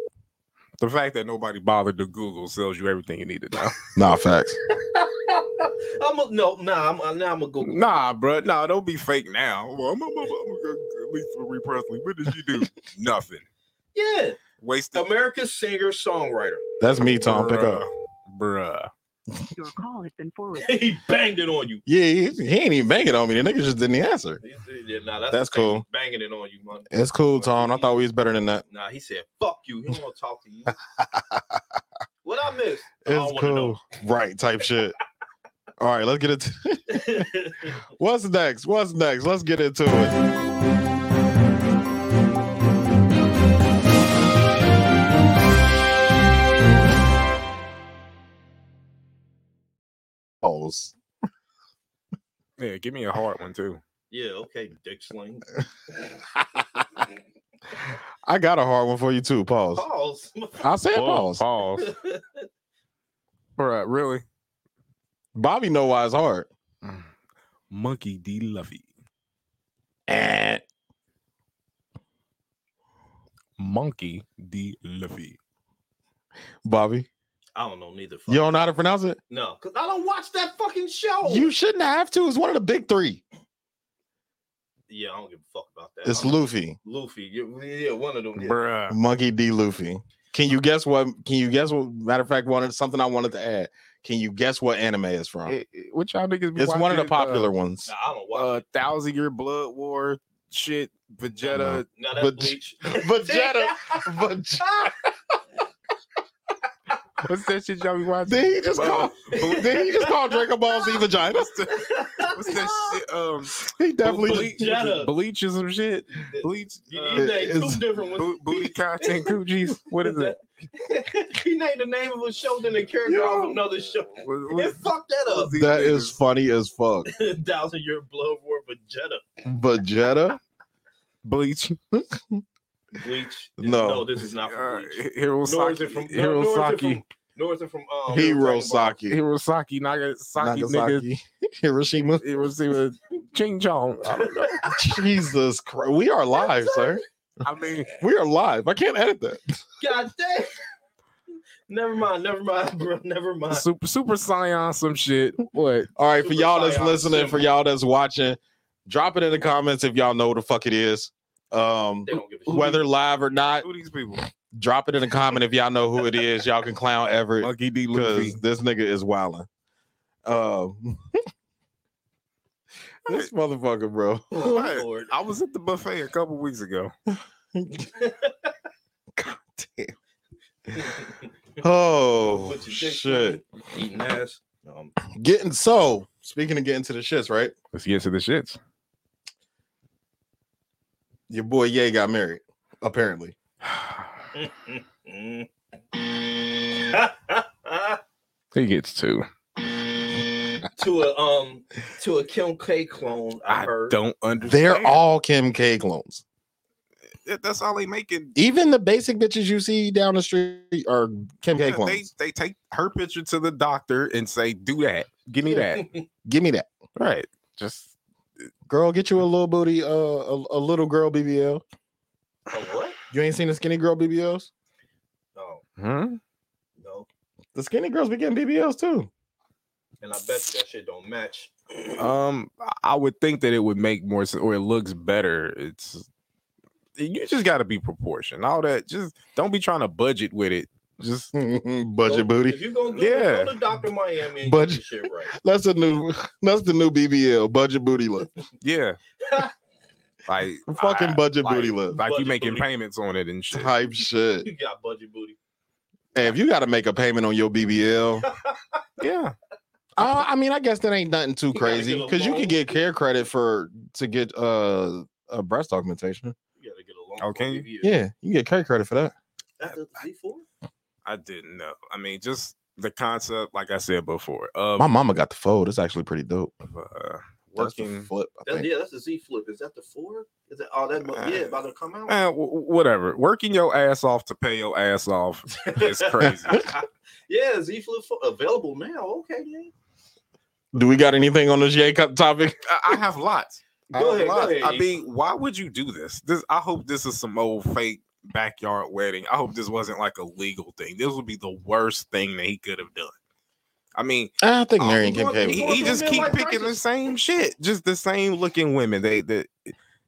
S3: the fact that nobody bothered to Google tells you everything you need to know.
S1: Nah, facts.
S2: I'm a, no, nah. I'm now I'm gonna go.
S3: nah, bruh, nah, don't be fake now. Well, I'm, I'm, I'm, I'm, I'm Lisa Marie Presley. What did she do? Nothing.
S2: Yeah,
S3: Wasted.
S2: America's singer songwriter.
S1: That's me, Tom. Pick up.
S3: bruh.
S7: Your call has been forwarded.
S2: he banged it on you.
S1: Yeah, he, he ain't even banging on me. The nigga just didn't answer.
S2: He- he- Yeah, nah, that's,
S1: That's
S2: the thing,
S1: cool.
S2: he's Banging it on you, man.
S1: It's cool, Tom. I thought we was better than that.
S2: Nah, he said, "Fuck you." He don't want to talk to you. what I missed? I don't
S1: It's
S2: wanna know.
S1: cool. Right, type shit. All right, let's get it. What's next? What's next? Let's get into it. Oh,
S3: Yeah, give me a hard one too.
S2: yeah. Okay, Dick Sling.
S1: I got a hard one for you too. Pause.
S2: Pause.
S1: I said pause.
S3: Pause. Bruh, really? Mm.
S1: Bobby know why it's hard.
S3: Monkey D. Luffy.
S1: Eh.
S3: Monkey D. Luffy.
S1: Bobby,
S2: I don't know neither.
S1: you
S2: fucking-
S1: don't know how to pronounce it?
S2: No, because I don't watch that fucking show.
S1: You shouldn't have to. It's one of the big three.
S2: yeah, I don't give a fuck about that.
S1: It's
S2: I'm-
S1: Luffy,
S2: Luffy. Yeah, yeah, one of them. Yeah.
S3: Bruh.
S1: Monkey D. Luffy. Can you guess what? Can you guess what? Matter of fact, wanted something I wanted to add. Can you guess what anime is from?
S3: Eh, eh, What y'all niggas be
S1: it's one of the
S3: watching?
S1: popular
S3: Uh,
S1: ones.
S2: Nah, I don't watch.
S3: uh, Thousand Year Blood War shit. Vegeta.
S2: no, that's
S1: but-
S2: bleach.
S1: Vegeta, Vegeta,
S3: What's that shit y'all be watching?
S1: Did he just call? Did he just call Draco Ball Z vagina?
S3: What's, the, what's that shit? Um,
S1: He definitely.
S3: bleach,
S2: Shut up.
S3: bleach or some shit. Bleach.
S2: You, you
S3: Uh,
S2: named
S1: it's-
S2: two different ones.
S3: bo- booty content coochies. What is it?
S2: you named the name of a show than the character off another show.
S3: What-
S2: And
S3: what-
S2: fuck that up.
S1: That is funny as fuck.
S2: Thousand year blood war vegeta.
S1: Vegeta.
S3: bleach.
S2: Bleach.
S1: No.
S2: No, this is not
S3: Uh,
S2: from Bleach. Nor is it from-
S3: Hirosaki.
S2: no, nor is it
S3: Hirosaki.
S2: Nor is it from um
S1: Hero
S2: Dragon Ball.
S1: Saki.
S3: Hirosaki. Nagasaki. Nigga.
S1: Nagasaki. Hiroshima.
S3: Hiroshima. Ching Chong. I don't know.
S1: Jesus Christ. We are live, sir.
S3: I mean,
S1: We are live. I can't edit that.
S2: God damn. Never mind, never mind, bro. Never mind.
S3: super super scion. Some shit. What?
S1: All right, for
S2: Super
S1: y'all that's
S2: Saiyan
S1: listening,
S2: symbol.
S1: for y'all that's watching, drop it in the comments if y'all know what the fuck it is. Um,
S2: They don't give a shit.
S1: whether live or not,
S3: Who these people?
S1: drop it in the comment if y'all know who it is. Y'all can clown Everett
S3: Monkey D. Luffy.
S1: because this nigga is wilding. Um, this motherfucker, bro.
S2: Oh,
S3: What?
S2: Lord.
S3: I was at the buffet a couple weeks ago.
S1: God damn. Oh
S2: Put your dick
S1: shit!
S2: down. Eating ass. Um,
S1: Getting so speaking of getting to the shits, right?
S3: Let's get to the shits.
S1: Your boy Ye got married, apparently.
S2: mm.
S3: he gets two.
S2: to a um to a Kim K clone, I,
S3: I
S2: heard.
S3: don't understand.
S1: They're all Kim K clones.
S3: That- That's all they making.
S1: Even the basic bitches you see down the street are Kim K
S3: Yeah, they
S1: clones.
S3: they take her picture to the doctor and say, "Do that. Give me that."
S1: Give me that,
S3: right. Just
S1: girl. Get you a little booty, uh, a, a little girl BBL.
S2: A what?
S1: You ain't seen the skinny girl BBLs?
S2: No,
S3: hmm?
S2: no.
S1: The skinny girls be getting BBLs too.
S2: And I bet you that shit don't match.
S3: um, I- I would think that it would make more sense, or it looks better. It's you just got to be proportioned. All that. Just don't be trying to budget with it. Just
S1: Budget
S2: Go-
S1: booty.
S2: If you gonna go,
S3: Yeah.
S2: go to Doctor Miami and
S1: Budget.
S2: get your shit right.
S1: That's the new. That's the new BBL. Budget booty look.
S3: yeah. like
S1: Fucking
S3: I-
S1: budget
S3: Ah, like,
S1: booty look.
S3: Like you
S2: Budget
S3: making
S2: booty.
S3: payments on it and shit.
S1: Type shit.
S2: You got budget booty.
S1: And if you got to make a payment on your BBL,
S3: Yeah.
S1: Uh, I mean, I guess that ain't nothing too
S2: gotta
S1: crazy
S2: get a
S1: because you can
S2: loan.
S1: get care credit for to get uh a breast augmentation.
S2: You gotta get along.
S3: Okay.
S1: Yeah, you get care credit for that.
S2: After the four.
S3: I didn't know. I mean, just the concept, like I said before, of
S1: My mama got the fold. It's actually pretty dope.
S3: uh,
S1: That's the
S3: working.
S1: flip. I
S2: That,
S1: think.
S2: yeah, that's the Z flip. Is that the four? Is that all that? mu- yeah, about to come out.
S3: Eh, wh- wh- whatever, working your ass off to pay your ass off is crazy.
S2: yeah, Z flip four available now. Okay, man.
S1: Do we got anything on this J Cup topic?
S3: I, I have lots. I,
S2: Go
S3: have
S2: ahead, go
S3: lots.
S2: ahead,
S3: I
S2: E.
S3: mean, why would you do this? This I hope this is some old fake backyard wedding. I hope this wasn't like a legal thing. This would be the worst thing that he could have done. I mean,
S1: I think
S3: Oh,
S1: Marion Kim
S2: you
S1: K.
S2: want-
S1: was-
S3: he,
S2: going
S3: he
S2: through
S3: just
S2: a
S3: keep
S2: midlife
S3: picking the
S2: crisis.
S3: same shit, just the same looking women. They the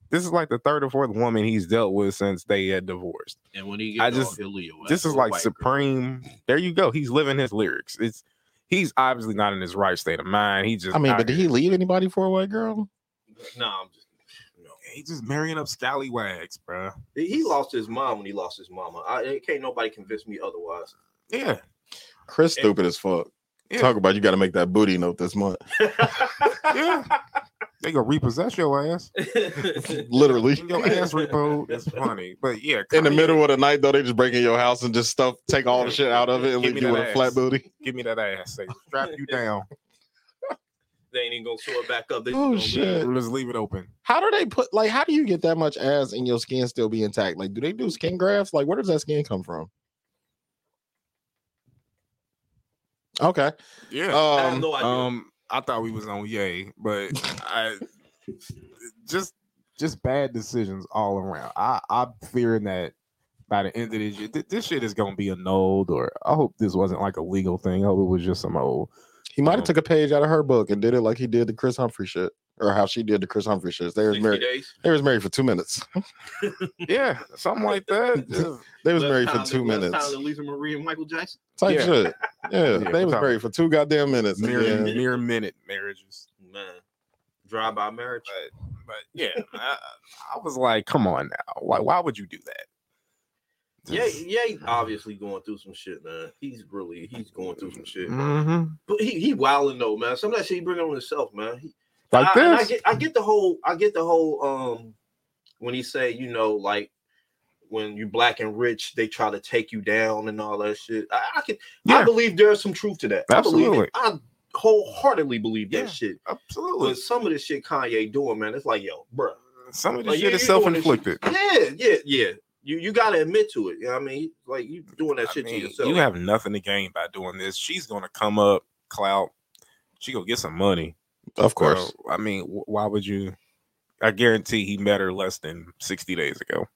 S3: this is like the third or fourth woman he's dealt with since they had divorced.
S2: And when he
S3: I just-
S2: he'll leave you
S3: this
S2: as
S3: is
S2: a
S3: like
S2: white
S3: supreme. There you go. He's living his lyrics. It's he's obviously not in his right state of mind. He just
S1: I mean,
S3: out
S1: but did
S3: here-
S1: he leave anybody for a white girl?
S2: girl. Nah, I'm just no.
S3: he just marrying up scallywags, bruh.
S2: He he lost his mom when he lost his mama. I it can't nobody convince me otherwise.
S3: Yeah,
S1: Chris, stupid as fuck.
S3: Yeah.
S1: Talk about you got to make that booty note this month.
S3: yeah. They gonna repossess your ass.
S1: Literally.
S3: Your ass repoed. It's funny, but yeah.
S1: In the
S3: Kanye,
S1: middle of the night, though, they just break in your house and just stuff, take all the shit out of it, and
S3: Give
S1: leave
S3: me
S1: you
S3: that
S1: with a flat
S3: ass.
S1: booty.
S3: Give me that ass. Say, strap you down.
S2: they ain't even gonna sew it back up. They
S1: Oh,
S2: just
S1: shit.
S2: gonna leave.
S3: Just leave it open.
S1: How do they put like how do you get that much ass and your skin still be intact? Like, do they do skin grafts? Like, where does that skin come from? Okay.
S3: Yeah.
S2: I have
S1: Um
S2: no idea.
S3: um, I thought we was on yay, but I just just bad decisions all around. I I'm fearing that by the end of this year, th- this shit is gonna be annulled. Or I hope this wasn't like a legal thing. I hope it was just some old.
S1: he might have
S3: um,
S1: took a page out of her book and did it like he did the Chris Humphrey shit. Or how she did the Chris Humphrey shit. They was
S2: 60
S1: married.
S2: days.
S1: They was married for two minutes.
S3: Yeah, something like that. Just-
S1: They was
S2: Less
S1: married for
S2: time
S1: two
S2: than- less
S1: minutes.
S2: Time than Lisa Marie and Michael Jackson.
S1: Type
S3: Yeah.
S1: shit. Yeah,
S3: Yeah,
S1: they was
S3: time.
S1: married for two goddamn minutes. and
S3: mere
S1: then-
S3: mere minute marriages.
S2: Man, drive by marriage.
S3: But yeah, I, I was like, come on now. Like, why would you do that?
S2: Yeah, yeah, obviously going through some shit, man. He's really he's going through some shit.
S3: hmm
S2: But he he wilding though, man. Some of that shit he bring on himself, man. He,
S4: Like
S2: I, and I
S4: this?
S2: get I get the whole I get the whole um when he say, you know, like when you black and rich, they try to take you down and all that shit. I, I can I
S3: Yeah.
S2: believe there's some truth to that. I believe
S3: Absolutely.
S2: it. I wholeheartedly believe that
S3: Yeah.
S2: shit.
S3: Absolutely.
S2: But some of the shit Kanye doing, man, it's like, yo, bruh.
S3: Some of this
S2: Like,
S3: shit
S2: yeah,
S3: is
S2: you doing
S3: self
S2: this
S3: inflicted.
S2: Yeah, yeah, yeah. You you gotta admit to it. You know what I mean? Like you doing that shit to yourself.
S3: You have nothing to gain by doing this. She's gonna come up, clout. She gonna get some money.
S1: Of course.
S3: So, I mean, wh- why would you? I guarantee he met her less than sixty days ago.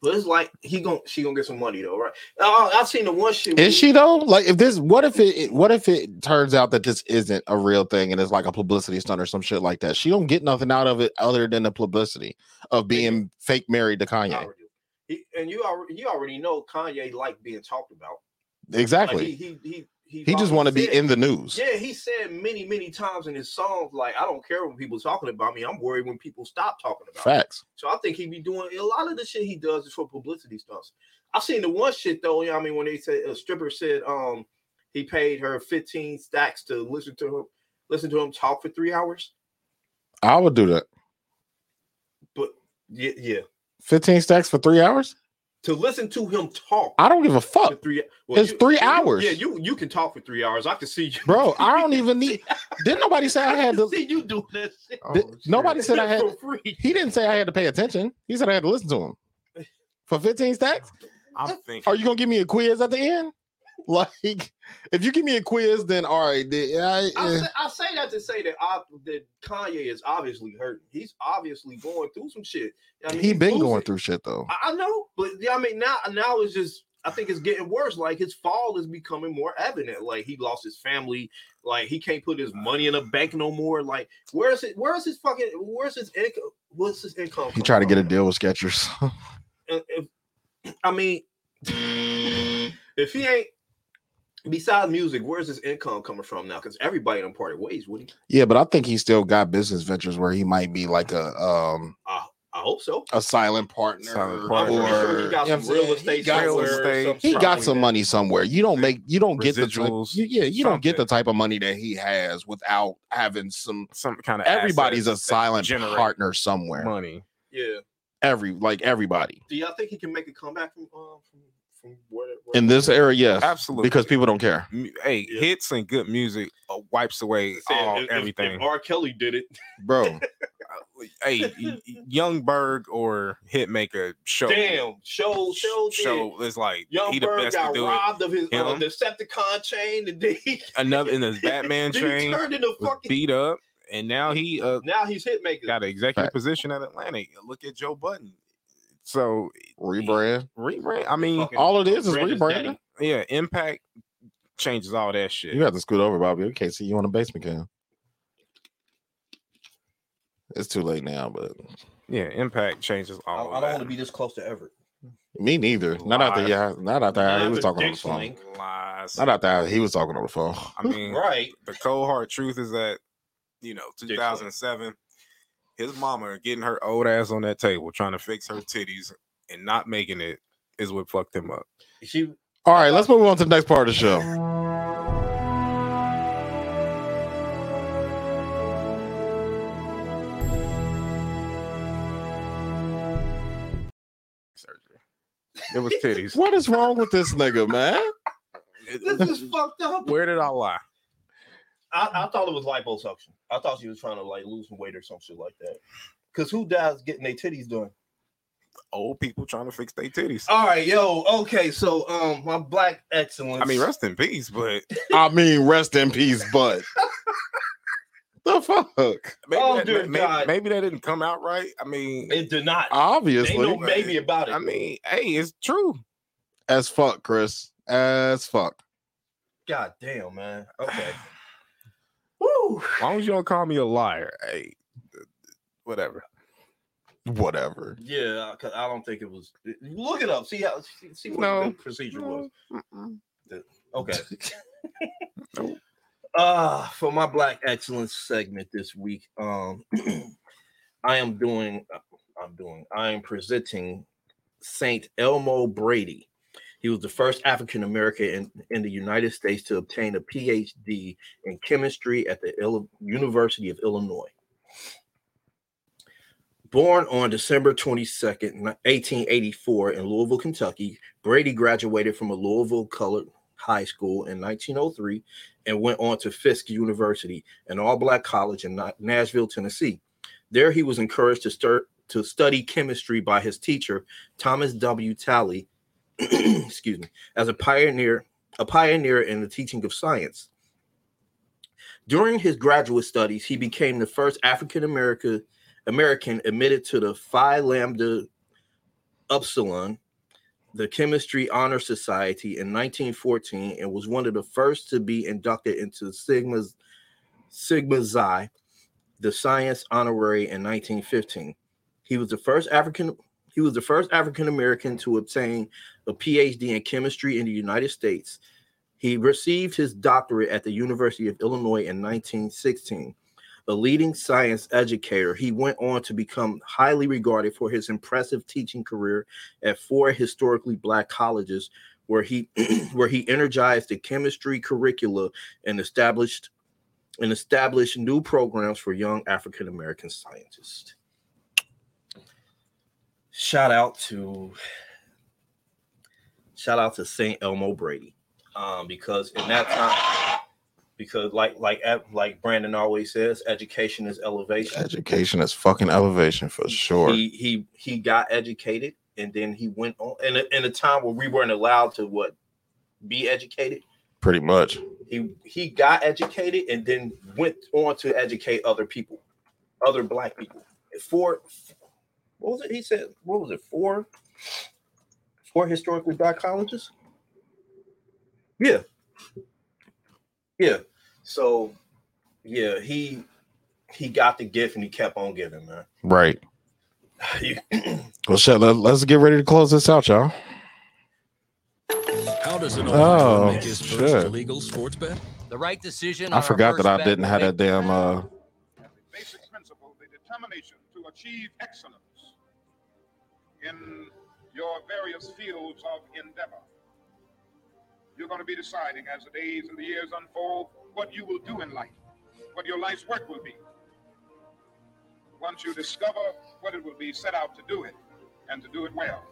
S2: But it's like he gon' she gonna get some money though, right? Uh, I've seen the one shit. where-
S1: Is she though? Like, if this, what if it, what if it turns out that this isn't a real thing and it's like a publicity stunt or some shit like that? She don't get nothing out of it other than the publicity of being fake married to Kanye.
S2: Already- he- and you already you already know Kanye like being talked about. Like,
S1: Exactly.
S2: he he he he,
S1: He just
S2: already
S1: want to be
S2: said-
S1: in the news.
S2: Yeah, he said many many times in his songs like I don't care when people talking about me. I'm worried when people stop talking about me.
S1: Facts.
S2: So I think he be doing a lot of the shit he does is for publicity stunts. I seen the one shit though. You know what I mean, when they said a stripper said um he paid her 15 stacks to listen to him listen to him talk for three hours.
S1: I would do that.
S2: Yeah, yeah.
S1: Fifteen stacks for three hours.
S2: To listen to him talk
S1: I don't give a
S2: for
S1: fuck,
S2: three. well,
S1: It's three
S2: yeah,
S1: hours.
S2: Yeah, you you can talk for three hours. I can see you,
S1: bro. I don't even need. Didn't nobody say I
S2: I
S1: had
S2: can
S1: to?
S2: see you do that Oh, shit.
S1: Th- nobody said I had.
S2: for free.
S1: He didn't say I had to pay attention. He said I had to listen to him for 15 stacks.
S3: I'm thinking.
S1: Are you gonna give me a quiz at the end? Like, if you give me a quiz, then all right. then I,
S2: I
S1: eh.
S2: say, I say that to say that I, that Kanye is obviously hurting. He's obviously going through some shit. I mean,
S1: he
S2: he's
S1: been
S2: losing.
S1: going through shit though.
S2: I, I know, but yeah, I mean now now it's just I think it's getting worse. Like his fall is becoming more evident. Like he lost his family. Like he can't put his money in a bank no more. Like where's it? Where's his fucking? Where's his income? What's his income?
S1: He
S2: come
S1: tried to
S2: from?
S1: get a deal with Skechers.
S2: And if- I mean, if he ain't besides music, where's his income coming from now? Because everybody done parted ways with him.
S1: yeah, but I think he still got business ventures where he might be like a um
S2: I hope so.
S1: a silent partner.
S3: Silent
S2: I'm
S3: partner.
S1: Or,
S2: pretty sure he got
S1: you know what
S2: some
S1: I'm saying?
S2: real
S1: He
S2: estate.
S1: got some-
S2: somewhere,
S3: estate.
S2: some
S1: he
S2: shit
S1: got
S2: like
S1: some
S2: that.
S1: money somewhere. You don't make you don't get the type-
S3: Residuals,
S1: you- yeah you don't get the
S3: something.
S1: type of money that he has without having some.
S3: Some kind of
S1: Everybody's a
S3: assets that
S1: silent
S3: generate
S1: partner somewhere.
S3: Money.
S2: Yeah.
S1: Every like everybody
S2: Do y'all think he can make a comeback from um, from, from where, where
S1: in this era, yes,
S3: Absolutely.
S1: because people don't care.
S3: M- Hey,
S2: Yeah.
S3: hits and good music uh, wipes away
S2: Said
S3: all
S2: if- if-
S3: Oh, everything.
S2: If R. Kelly did it.
S1: bro.
S3: hey, y- y- Youngberg or Hitmaker show
S2: Damn, show show did
S3: show is like
S2: Young
S3: he the
S2: Bird
S3: best to
S2: got
S3: do it.
S2: robbed of his uh,
S3: Him.
S2: Decepticon chain, and then he,
S3: Another in his Batman
S2: then he
S3: chain
S2: turned into
S3: was
S2: fucking.
S3: beat up, and now he uh,
S2: now he's hit making.
S3: got an executive
S1: Fact.
S3: position at Atlantic. Look at Joe Button. So
S1: Rebrand.
S3: rebrand. I mean,
S1: All it is is
S2: Brandon's
S1: rebranding.
S3: yeah, Impact changes all that shit.
S1: You have to scoot over, Bobby. We can't see you on the basement cam. It's too late now, but
S3: Yeah, Impact changes all. of that.
S2: this close to Everett.
S1: me neither. Not after
S3: Lies.
S1: yeah, not after how he was
S2: Another
S1: talking on the
S2: dick
S1: phone.
S2: swing.
S3: lies.
S1: Not after how he was talking on the phone.
S3: I mean,
S2: Right.
S3: the cold hard truth is that you know
S2: Dick
S3: 2007 his mama getting her old ass on that table trying to fix her titties and not making it is what fucked him up
S2: She
S1: All right, let's move on to the next part of the show.
S3: surgery it was titties
S1: What is wrong with this nigga, man?
S2: this
S3: It-
S2: is fucked up.
S3: where did i lie
S2: I, I thought it was liposuction. I thought she was trying to like lose some weight or some shit like that. Cause who dies getting their titties done?
S3: old people trying to fix their titties
S2: All right, yo. Okay, so um, my black excellence.
S3: i mean rest in peace but
S1: I mean, rest in peace, but the fuck?
S3: maybe,
S2: Oh,
S3: that,
S2: dear
S3: may- may-
S2: God.
S3: maybe that didn't come out right i mean
S2: it did not. Ain't no
S1: Obviously,
S2: baby about it.
S3: i mean hey it's true
S1: as fuck, Chris. As fuck.
S2: God damn, man. Okay. Woo.
S3: as long as you don't call me a liar hey whatever
S1: Whatever.
S2: Yeah, cause I don't think it was. Look it up. See how see, see what
S3: No.
S2: the procedure was. Okay.
S3: Nope.
S2: Uh for my black excellence segment this week, uh, um, I am doing. I'm doing. I am presenting St. Elmo Brady. He was the first African American in, in the United States to obtain a PhD in chemistry at the Ill- University of Illinois. Born on December 22nd, ni- 1884, in Louisville, Kentucky, Brady graduated from a Louisville colored high school in 1903 and went on to Fisk University, an all black college in Na- Nashville, Tennessee. There, he was encouraged to, start, to study chemistry by his teacher, Thomas W. Talley, excuse me, as a pioneer, a pioneer in the teaching of science. During his graduate studies, he became the first African American American admitted to the Phi Lambda Upsilon, the Chemistry Honor Society in 1914, and was one of the first to be inducted into Sigma's Sigma Xi, the Science Honorary in 1915. He was the first African he was the first African American to obtain a PhD in chemistry in the United States. He received his doctorate at the University of Illinois in 1916. A leading science educator, he went on to become highly regarded for his impressive teaching career at four historically black colleges where he where he energized the chemistry curricula and established and established new programs for young African American scientists. Shout out to shout out to St. Elmo Brady, um, because in that time, because like like like Brandon always says, education is elevation.
S1: Education is fucking elevation for sure.
S2: He he he got educated, and then he went on. And in, a time where we weren't allowed to what be educated,
S1: Pretty much.
S2: he he got educated, and then went on to educate other people, other black people. Four, what was it? He said, what was it? Four, four historically black colleges. Yeah, yeah. So, yeah, he he got the gift, and he kept on giving, man.
S1: Right.
S2: You-
S1: Well, shit, let, us get ready to close this out, y'all.
S8: How does an
S1: Oh,
S8: Ohio make his
S1: shit.
S8: first illegal sports bet?
S9: The right decision.
S1: I forgot that I didn't have that damn uh
S10: basic principle, the determination to achieve excellence in your various fields of endeavor. You're going to be deciding as the days and the years unfold what you will do in life, what your life's work will be. Once you discover what it will be, set out to do it and to do it well.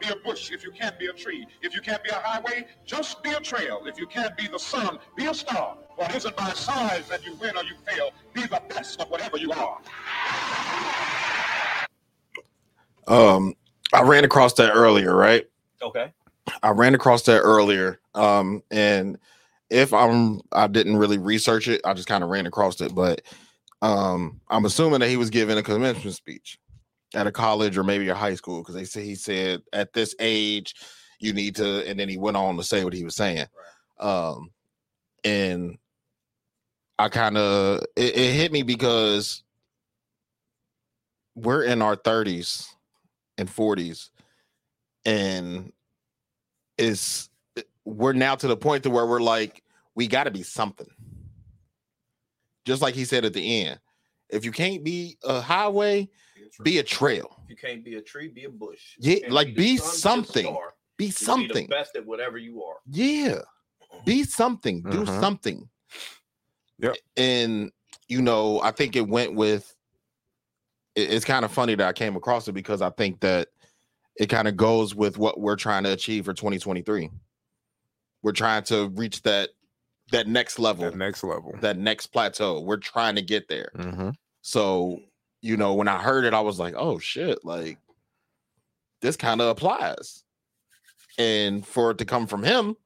S10: Be a bush if you can't be a tree. If you can't be a highway, just be a trail. If you can't be the sun, be a star. For it isn't by size that you win or you fail. Be the best of whatever you are.
S1: um I ran across that earlier, right?
S2: okay.
S1: I ran across that earlier. Um, and if I'm I didn't really research it, I just kind of ran across it. But um, I'm assuming that he was giving a commencement speech at a college or maybe a high school because they say he said at this age you need to, and then he went on to say what he was saying. Um, and I kind of it, it hit me because we're in our 30s and 40s and is we're now to the point to where we're like we got to be something just like he said at the end if you can't be a highway be a trail
S2: If you can't be a tree, be a bush.
S1: Yeah,
S2: You can't
S1: like, be
S2: the sun,
S1: something.
S2: a star.
S1: be
S2: You Be the
S1: something
S2: best at whatever you are.
S1: yeah be something do
S3: Mhm.
S1: something
S3: Yep.
S1: and you know i think it went with it- it's kind of funny that i came across it because i think that it kind of goes with what we're trying to achieve for 2023 we're trying to reach that that next level
S3: That next level.
S1: that next plateau. We're trying to get there.
S3: Mhm.
S1: So, you know, when I heard it, I was like, oh shit, like this kind of applies. And for it to come from him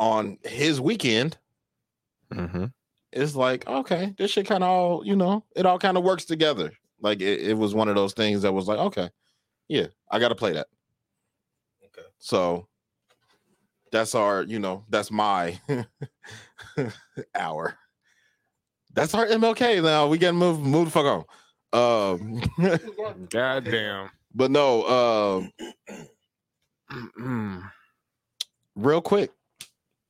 S1: on his weekend,
S3: Mhm.
S1: it's like, okay, this shit kind of all, you know, it all kind of works together. Like it, it was one of those things that was like, okay, yeah, I got to play that.
S2: Okay.
S1: So that's our, you know, that's my hour. That's our MLK now. We getting move move the fuck on. Um
S3: Goddamn.
S1: but no, um
S3: Mm-mm.
S1: real quick.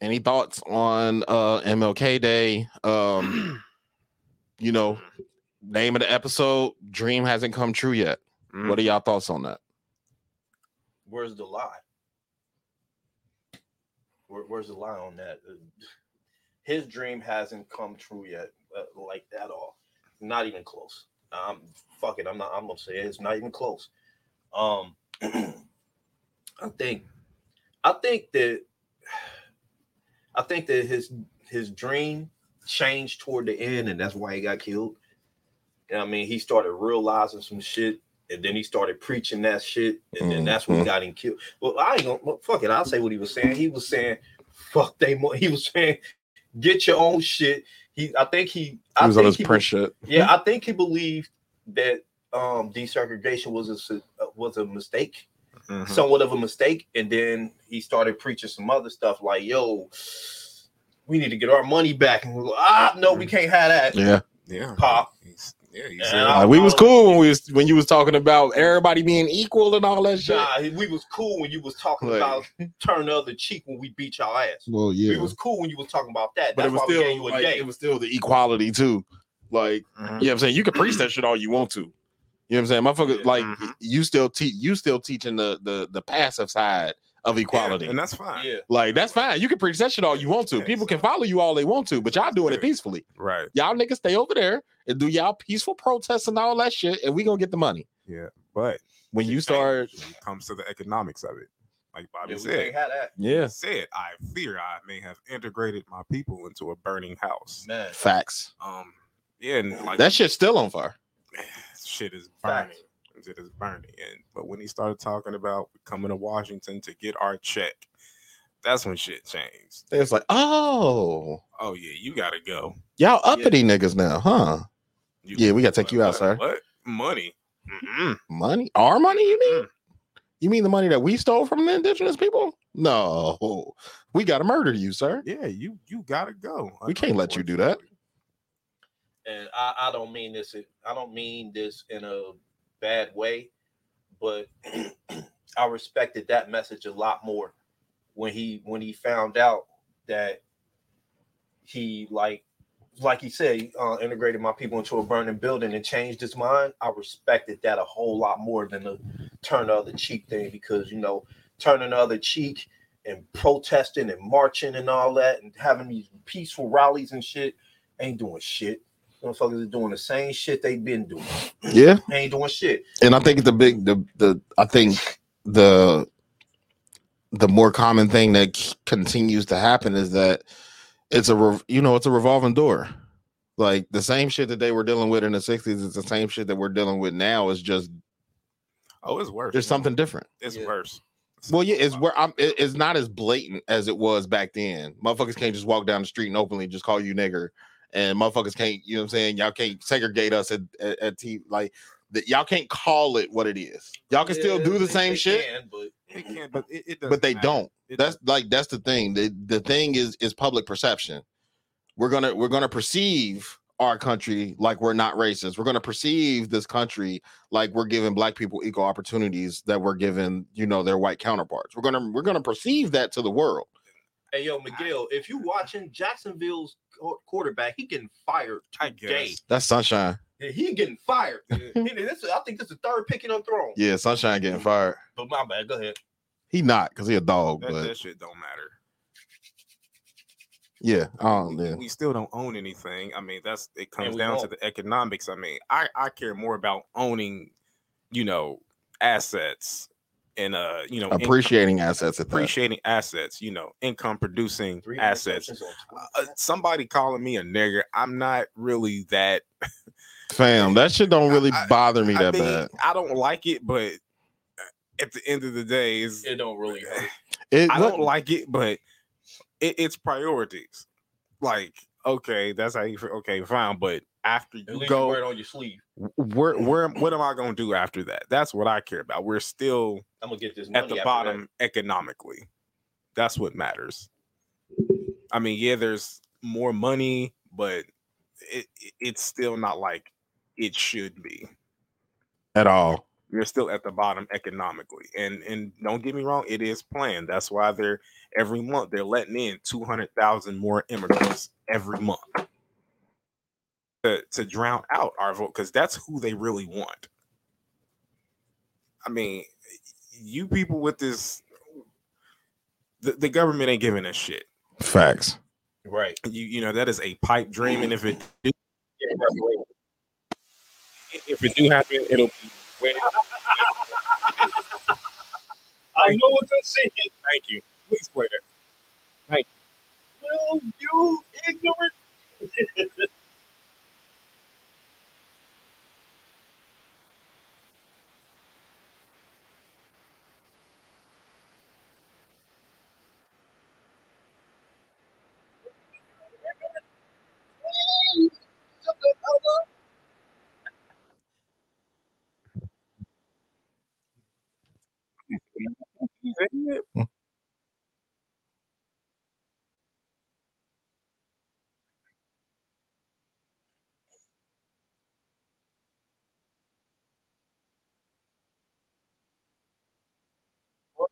S1: Any thoughts on uh MLK Day? Um you know,
S2: Mm.
S1: name of the episode, Dream hasn't come true yet. What are y'all thoughts on that?
S2: where's the lie? Where, where's the lie on that? Uh, His dream hasn't come true yet, uh, like at all. Not even close. Um, fuck it. I'm not. I'm gonna say it. it's not even close. Um, I think, I think that, I think that his his dream changed toward the end, and that's why he got killed. You know what I mean, he started realizing some shit, and then he started preaching that shit, and then that's what got him killed. Well, I ain't gonna well, fuck it. I'll say what he was saying. He was saying, "Fuck they." Mo-. He was saying, "Get your own shit." He, I think he, I
S1: He was
S2: think
S1: on his
S2: he
S1: print shit.
S2: yeah, I think he believed that um desegregation was a s- uh, was a mistake,
S1: Mm-hmm.
S2: somewhat of a mistake, and then he started preaching some other stuff like, "Yo, we need to get our money back." And we go, "Ah, no, we can't have that."
S1: Mm. Yeah,
S3: Mm-hmm. Yeah.
S2: Pop.
S3: He's, yeah, he's
S2: And
S3: uh,
S2: I-
S1: Like, we was cool when we was when you was talking about everybody being equal and all that shit.
S2: Nah, we was cool when you was talking
S1: Like-
S2: about turn the other cheek when we beat y'all ass.
S1: Well, yeah,
S2: We was cool when you was talking about that.
S1: but
S2: That's
S1: it was
S2: why we gave
S1: still
S2: you a
S1: like,
S2: day. Mm.
S1: it was still the equality too. Like,
S3: Mhm.
S1: you know what I'm saying? You can preach that shit all you want to. You know what I'm saying? Motherfucker,
S2: Yeah.
S1: like
S3: Mhm.
S1: you still teach you still teaching the the the passive side of equality.
S3: and that's fine.
S2: yeah,
S1: like that's fine. You can preach that shit all you want to.
S3: Yes.
S1: People can follow you all they want to, but y'all doing it
S3: Yeah.
S1: peacefully.
S3: Right.
S1: Y'all niggas stay over there and do y'all peaceful protests and all that shit, and we gonna get the money.
S3: But
S1: When you start,
S3: when it comes to the economics of it, like Bobby
S2: yeah, we
S3: said,
S2: can't have that.
S1: yeah,
S3: said I fear I may have integrated my people into a burning house.
S2: Man,
S1: facts.
S3: Um, yeah, and like
S1: That shit's still on fire.
S3: shit is burning.
S2: facts.
S3: It is burning. And but when he started talking about coming to Washington to get our check, that's when shit changed.
S1: It's like, oh,
S3: Oh yeah, you gotta go.
S1: y'all uppity niggas now, huh?
S3: You-
S1: Yeah, we gotta take
S3: what-
S1: you out,
S3: what-
S1: sir.
S3: What money? Mm-mm.
S1: Money, our money, you mean?
S3: Mm.
S1: You mean the money that we stole from the indigenous people? No, we gotta murder you, sir.
S3: Yeah, you you gotta go.
S1: We can't let you do that.
S2: and I, I don't mean this I don't mean this in a bad way, but I respected that message a lot more when he when he found out that he like like he said uh, integrated my people into a burning building and changed his mind. I respected that a whole lot more than the turn the other cheek thing because you know turning the other cheek and protesting and marching and all that and having these peaceful rallies and shit ain't doing shit. Motherfuckers are doing the same shit they've been doing.
S1: Yeah,
S2: They ain't doing shit.
S1: and I think the big the the I think the the more common thing that c- continues to happen is that it's a rev- you know it's a revolving door. Like the same shit that they were dealing with in the '60s is the same shit that we're dealing with now. It's just
S3: Oh, it's worse.
S1: there's something different.
S3: It's
S2: Yeah.
S3: worse.
S1: Well, yeah, it's where I'm. It, it's not as blatant as it was back then. Motherfuckers can't just walk down the street and openly just call you nigger, and motherfuckers can't. You know what I'm saying? Y'all can't segregate us at at, at T. Like that. Y'all can't call it what it is. Y'all can still
S2: Yeah,
S1: do the
S2: they-
S1: same
S2: they
S1: shit,
S2: can, but
S3: It can't, but it, it doesn't
S1: but they
S3: matter.
S1: don't.
S3: It
S1: That's like that's the thing. The the thing is is public perception. We're gonna we're gonna perceive our country like we're not racist. We're gonna perceive this country like we're giving black people equal opportunities that we're giving, you know, their white counterparts. We're gonna we're gonna perceive that to the world.
S2: hey, yo, Miguel, if you watching Jacksonville's qu- quarterback, he getting fired
S3: I
S2: today.
S3: guess.
S1: That's sunshine.
S2: Yeah, He getting fired. He- this, I think this is the third pick he done thrown.
S1: Yeah, sunshine
S3: Mm-hmm.
S1: getting fired.
S2: But my bad. Go ahead.
S1: He not because he a dog,
S3: That,
S1: but
S3: that shit don't matter.
S1: yeah, oh yeah.
S3: We still don't own anything. I mean, that's it comes
S2: we
S3: down to
S2: don't.
S3: the economics. I mean, I I care more about owning, you know, assets and uh, you know, in-
S1: Appreciating assets at that.
S3: appreciating assets. You know, income producing
S2: Three
S3: assets.
S2: interceptions on Twitter.
S3: Uh, somebody calling me a nigger, I'm not really that.
S1: Fam, that shit don't really
S3: I- I-
S1: bother me
S3: I,
S1: that
S3: mean,
S1: bad.
S3: I don't like it, but uh, at the end of the day, is
S2: It don't really hurt.
S1: It,
S3: I
S1: what-
S3: don't like it, but it, it's priorities. Like, okay, that's how you feel. Okay, fine, but after
S2: At
S3: you
S2: least you
S3: go,
S2: wear it on your sleeve.
S3: where, where, what am I gonna do after that? That's what I care about. We're still
S2: I'm gonna get this money
S3: at the
S2: after
S3: bottom economically. That's what matters. I mean, yeah, there's more money, but it, it- it's still not like it should be.
S1: at all.
S3: You're still at the bottom economically, and and don't get me wrong, it is planned. That's why they're every month they're letting in two hundred thousand more immigrants every month to to drown out our vote because that's who they really want. I mean,
S11: you people with this, the, the government ain't giving a shit.
S1: Facts.
S2: Right.
S11: You you know that is a pipe dream, and if it do- if it do happen, it'll be
S2: I know what you're saying.
S11: thank you. Please play that.
S2: Will you ignorant?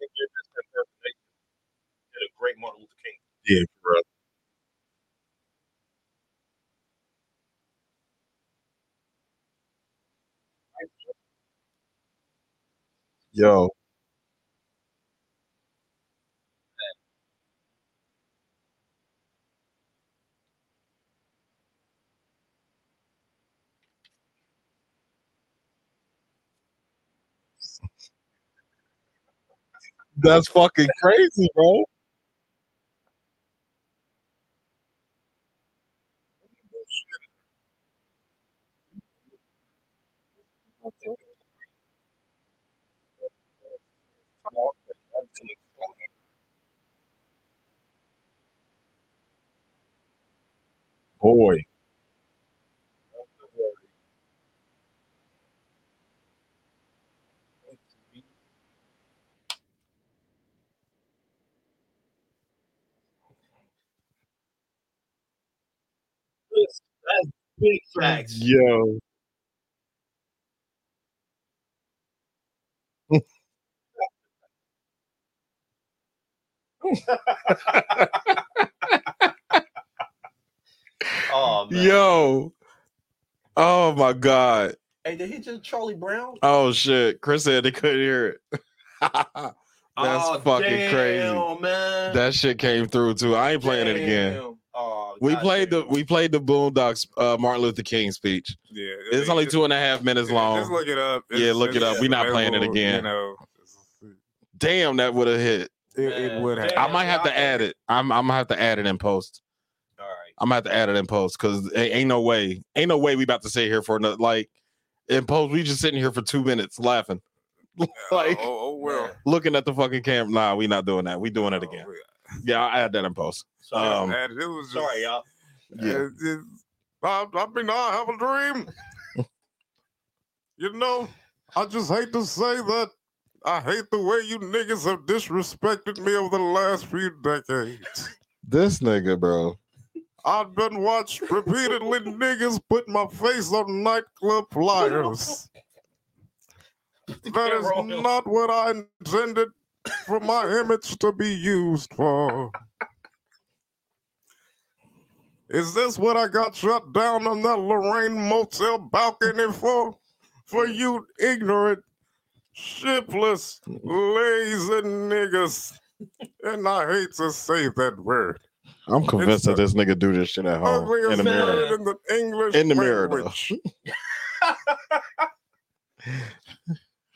S2: Did a great Martin Luther King.
S1: Yeah, for real. Yo, that's fucking crazy, bro. Boy,
S2: That's big facts.
S1: yo,
S2: Oh man.
S1: yo. Oh my god.
S2: Hey, did he just Charlie Brown?
S1: Oh shit. Chris said they couldn't hear it. That's
S2: Oh,
S1: fucking crazy.
S2: damn, man.
S1: That shit came through too. I ain't playing it again.
S2: Damn. Oh,
S1: We
S2: God
S1: played
S2: damn.
S1: the we played the Boondocks uh, Martin Luther King speech.
S11: Yeah,
S1: It's
S11: just-
S1: only
S11: just-
S1: two and a half minutes
S11: just- Just
S1: long.
S11: look it up.
S1: Yeah, look it up. We not playing it
S11: available,
S1: again.
S11: You know,
S1: Damn, that would have hit.
S11: it, it would have.
S2: Yeah,
S1: I might have
S2: I-
S1: to add it. I'm I'm gonna have to add it in post.
S2: All right.
S1: I'm gonna have to add it in post because ain't no way, ain't no way we about to sit here for another like in post. We just sitting here for two minutes laughing, like
S11: oh, oh well.
S1: looking at the fucking camera. Nah, we not doing that. We doing it
S11: Oh,
S1: again.
S11: well.
S1: Yeah, I'll add that in post.
S2: Sorry,
S1: Um,
S11: Man, it was just,
S2: sorry y'all.
S1: Yeah.
S11: It- it- I, I've been I have a dream. you know, I just hate to say that. I hate the way you niggas have disrespected me over the last few decades.
S1: This nigga, bro.
S11: I've been watched repeatedly niggas put my face on nightclub flyers. That is not what I intended for my image to be used for. Is this what I got shut down on that Lorraine Motel balcony for? For you ignorant, shipless, lazy niggas. And I hate to say that word
S1: I'm convinced
S11: It's- Oh,
S1: that this nigga do this shit at home
S11: ugliest
S1: Oh, in the mirror.
S11: word in the English
S1: In the mirror,
S11: language.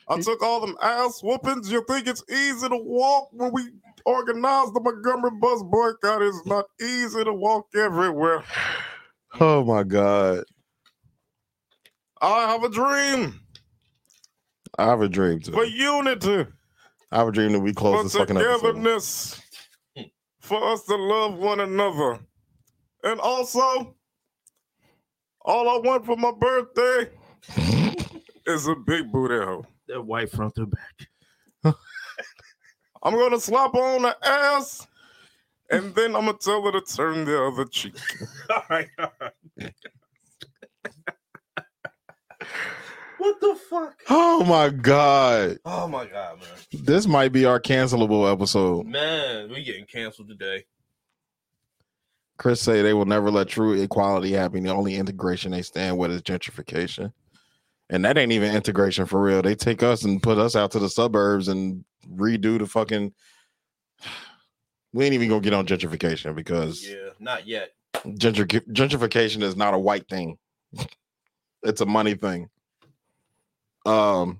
S11: I took all them ass whoopings. You think it's easy to walk when we organize the Montgomery bus boycott? It's not easy to walk everywhere.
S1: Oh my god,
S11: I have a dream
S1: I have a dream too.
S11: for unity,
S1: I have a dream that we close
S11: for
S1: this fucking episode.
S11: togetherness, for us to love one another. And also, all I want for my birthday is a big booty hole.
S2: That white front to back.
S11: I'm gonna slap her on the ass, and then I'm gonna tell her to turn the other cheek.
S2: All right. All right. what the fuck?
S1: Oh my god,
S2: Oh my god, man.
S1: this might be our cancelable episode.
S2: Man, we getting canceled today.
S1: Chris say they will never let true equality happen. The only integration they stand with is gentrification. And that ain't even integration for real. They take us and put us out to the suburbs and redo the fucking. We ain't even gonna get on gentrification because
S2: Yeah, not yet.
S1: gentri- gentrification is not a white thing. it's a money thing. Um,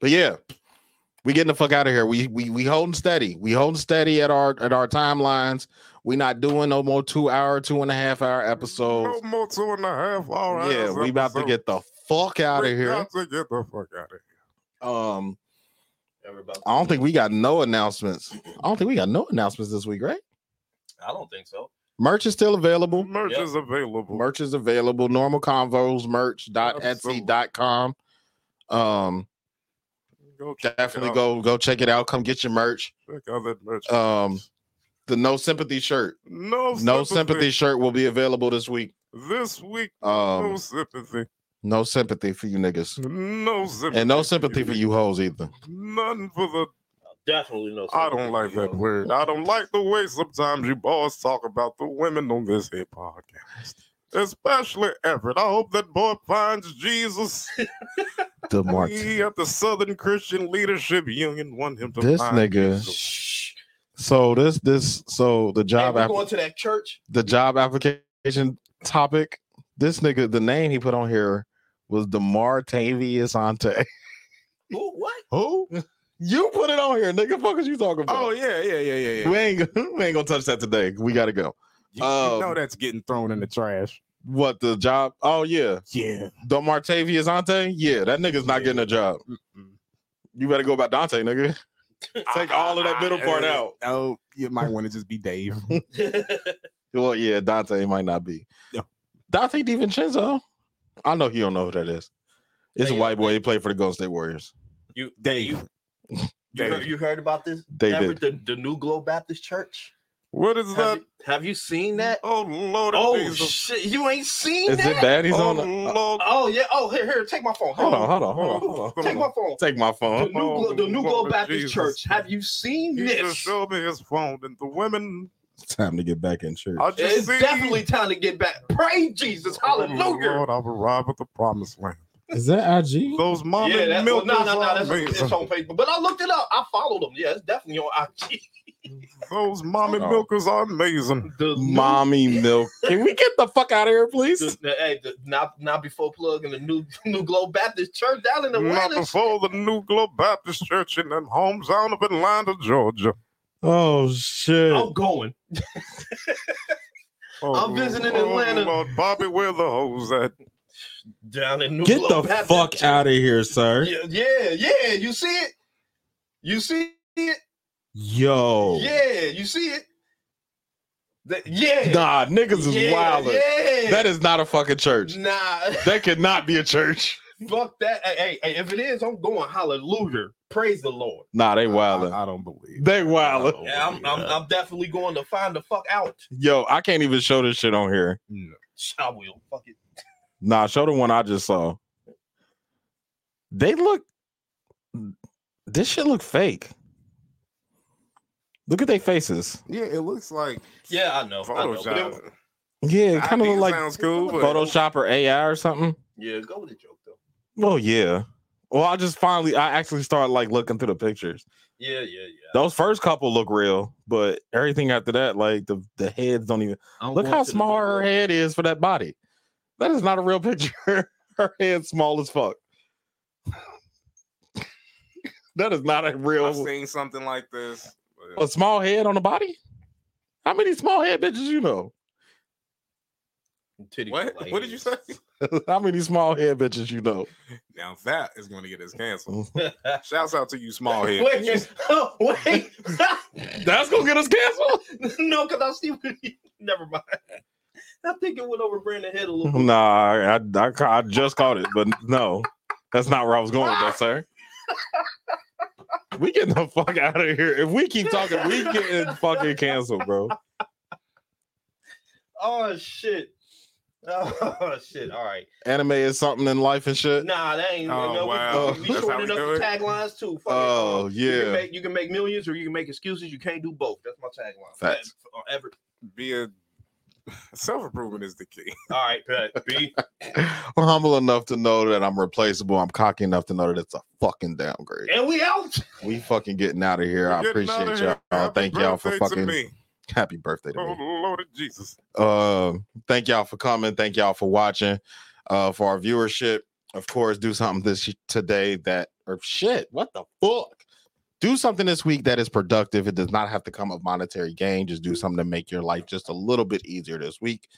S1: but yeah, we getting the fuck out of here. We we we holding steady. We holding steady at our at our timelines. We not doing no more two hour, two and a half hour
S3: No
S1: episodes.
S3: more two and a half. Oh, All right.
S1: Oh. yeah, we about to get the fuck out of here.
S3: Got to get the fuck out of here.
S1: Um,
S2: Everybody.
S1: I don't think we got no announcements. I don't think we got no announcements this week, right?
S2: I don't think so.
S1: Merch is still available.
S3: Merch
S2: Yep.
S3: is available.
S1: merch is available normal convos merch.etsy.com um
S3: Go check it
S1: definitely
S3: out.
S1: go go check it out come get your merch
S3: Check out that merch.
S1: um the no sympathy shirt
S3: no,
S1: no sympathy shirt will be available this week
S3: this week. no
S1: um
S3: sympathy.
S1: no sympathy for you niggas
S3: No sympathy.
S1: and no sympathy for you hoes either
S3: None for the.
S2: Definitely no.
S3: I don't like that word. I don't like the way sometimes you boys talk about the women on this hip podcast. Especially Everett. I hope that boy finds Jesus.
S1: the
S3: He at the Southern Christian Leadership Union want him to
S1: This
S3: find
S1: nigga.
S3: Jesus.
S1: so this this so the
S2: Hey,
S1: job
S2: we
S1: app-
S2: going to that church.
S1: the job application topic this nigga the name he put on here was Demar Tavius Ante
S2: Ooh, what?
S1: Who? You put it on here, nigga. Fuck is you talking about?
S3: Oh yeah, yeah, yeah, yeah, yeah.
S1: We ain't we ain't gonna touch that today. We gotta go.
S3: You,
S1: Um,
S3: you know that's getting thrown in the trash.
S1: What the job? Oh yeah,
S3: Yeah.
S1: Don Martavius Ante. Yeah, that nigga's not getting a job. You better go about Dante, nigga. Take all of that middle part out.
S3: Oh, you might want to just be Dave.
S1: Well, yeah, Dante might not be.
S3: Yeah.
S1: Dante DiVincenzo. I know he don't know who that is. It's a
S2: Hey,
S1: white boy. He played for the Golden State Warriors.
S2: you,
S3: Dave.
S2: You, you, heard, you heard about this?
S1: They
S2: Everett,
S1: did.
S2: the, the New Glow Baptist Church.
S3: What is
S2: Have,
S3: that?
S2: you, have you seen that?
S3: Oh Lord,
S2: Oh
S3: Jesus.
S2: shit! You ain't seen
S1: Is
S2: that?
S1: it bad? He's
S3: oh,
S1: on. the- uh,
S3: Lord.
S2: Oh yeah. Oh here, here. Take my phone.
S1: Hold on, hold on, hold on, hold on.
S2: Take my phone.
S1: Take my
S2: The
S1: phone.
S2: New Glow, the New Glow
S3: Lord
S2: Baptist
S3: Jesus.
S2: Church. Have you seen
S3: He
S2: this?
S3: just showed me his phone, and the women.
S1: It's time to get back in church.
S3: I just
S2: It's
S3: see-
S2: definitely time to get back. Praise Jesus.
S3: Oh,
S2: Hallelujah.
S3: Lord, I've arrived at the promised land.
S1: Is that IG?
S3: Those mom
S2: yeah,
S3: and
S2: that's
S3: milk
S2: well, no,
S3: is
S2: no, no. That's
S3: amazing.
S2: it's on Facebook. But I looked it up. I followed them. Yeah, it's definitely on IG.
S3: Those mom and
S1: Oh.
S3: milkers are amazing.
S2: The new-
S1: Mommy milk. Can we get the fuck out of here,
S2: the,
S1: please?
S2: the- hey, the, not not before plugging the new New Glow Baptist Church down in
S3: Not
S2: Atlanta.
S3: before the New Globe Baptist Church in their hometown of Atlanta, Georgia.
S1: Oh shit.
S2: I'm going.
S3: Oh,
S2: I'm visiting
S3: Lord,
S2: Atlanta.
S3: Lord, Bobby, where the hoes at?
S2: Down in New
S1: Get
S2: Glow
S1: the
S2: Baptist
S1: fuck
S2: Church.
S1: out of here, sir.
S2: Yeah, yeah, yeah. You see it? You see it?
S1: Yo.
S2: Yeah, you see it? That- yeah.
S1: Nah, niggas is
S2: yeah,
S1: wildin'.
S2: Yeah.
S1: That is not a fucking church.
S2: Nah,
S1: That could not be a church.
S2: fuck that. Hey, hey, hey, if it is, I'm going. Hallelujah. Praise the Lord.
S1: Nah, they wildin'.
S3: I, I don't believe.
S1: They wildin'.
S2: Yeah, I'm, I'm, I'm definitely going to find the fuck out.
S1: Yo, I can't even show this shit on here.
S3: No.
S2: I will. Fuck it.
S1: Nah, show the one I just saw. They look. This shit look fake. Look at their faces.
S3: Yeah, it looks like
S2: Yeah, I know. I know. But it-
S3: Photoshop.
S1: Yeah, it
S3: I
S1: kind of
S3: think
S1: look
S3: it
S1: like
S3: sounds cool, but
S1: Photoshop or AI or something.
S2: yeah, go with the joke though.
S1: Well, yeah. Well, I just finally, I actually started like looking through the pictures.
S2: Yeah, yeah, yeah.
S1: Those first couple look real, but everything after that, like the the heads don't even
S2: I'm
S1: look
S2: going
S1: how
S2: to the
S1: small her
S2: Lord.
S1: head is for that body. That is not a real picture. her head's small as fuck. that is not a
S3: I've
S1: real
S3: seen something like this. but-
S1: a small head on a body. How many small head bitches you know?
S2: Titties
S3: What?
S2: look like
S3: What did you
S2: his.
S3: say?
S1: How many small head bitches you know?
S3: Now that is going to get us canceled.
S1: Mm-hmm.
S3: Shouts out to you, small head.
S2: wait, oh, wait.
S1: That's gonna get us canceled.
S2: no, because I see. What he, never mind. I think it went over Brandon head a little bit.
S1: Nah, I, I, ca- I just caught it, but no, that's not where I was going, though, sir. We getting the fuck out of here. If we keep talking, we getting fucking canceled, bro.
S2: Oh shit. Oh shit. All right.
S1: Anime is something in life and shit.
S2: Nah, that ain't.
S3: Oh,
S2: no, we-
S3: wow.
S2: We, we
S3: That's how
S2: shortened
S3: we
S2: up
S3: do
S2: the
S3: it?
S2: taglines too. Fuck it.
S1: Oh,
S2: You
S1: yeah.
S2: can, make, you can uh, make millions or you can make excuses. You can't do both. That's my tagline.
S1: Facts.
S2: Or ever.
S3: Be a Self improvement is the key.
S2: All right, bet. B.
S1: I'm humble enough to know that I'm replaceable. I'm cocky enough to know that it's a fucking downgrade.
S2: And we out.
S1: We fucking getting out of here. I
S3: We're getting out of
S1: appreciate
S3: here.
S1: y'all.
S3: Happy
S1: Thank y'all for
S3: birthday to
S1: fucking
S3: me.
S1: happy birthday to
S3: Oh
S1: me.
S3: Lord Jesus.
S1: Um, thank y'all for coming. Thank y'all for watching. Uh, for our viewership, of course, do something this today that or shit. What the fuck? Do something this week that is productive. It does not have to come of monetary gain. Just do something to make your life just a little bit easier this week.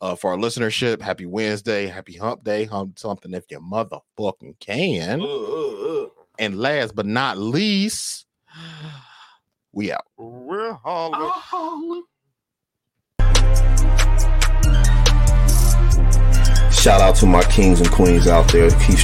S1: Uh, for our listenership, happy Wednesday, happy Hump Day, hump something if you motherfucking can.
S2: Uh, uh, uh.
S1: And last but not least, we out.
S3: We're hollering.
S8: Shout out to my kings and queens out there. Keep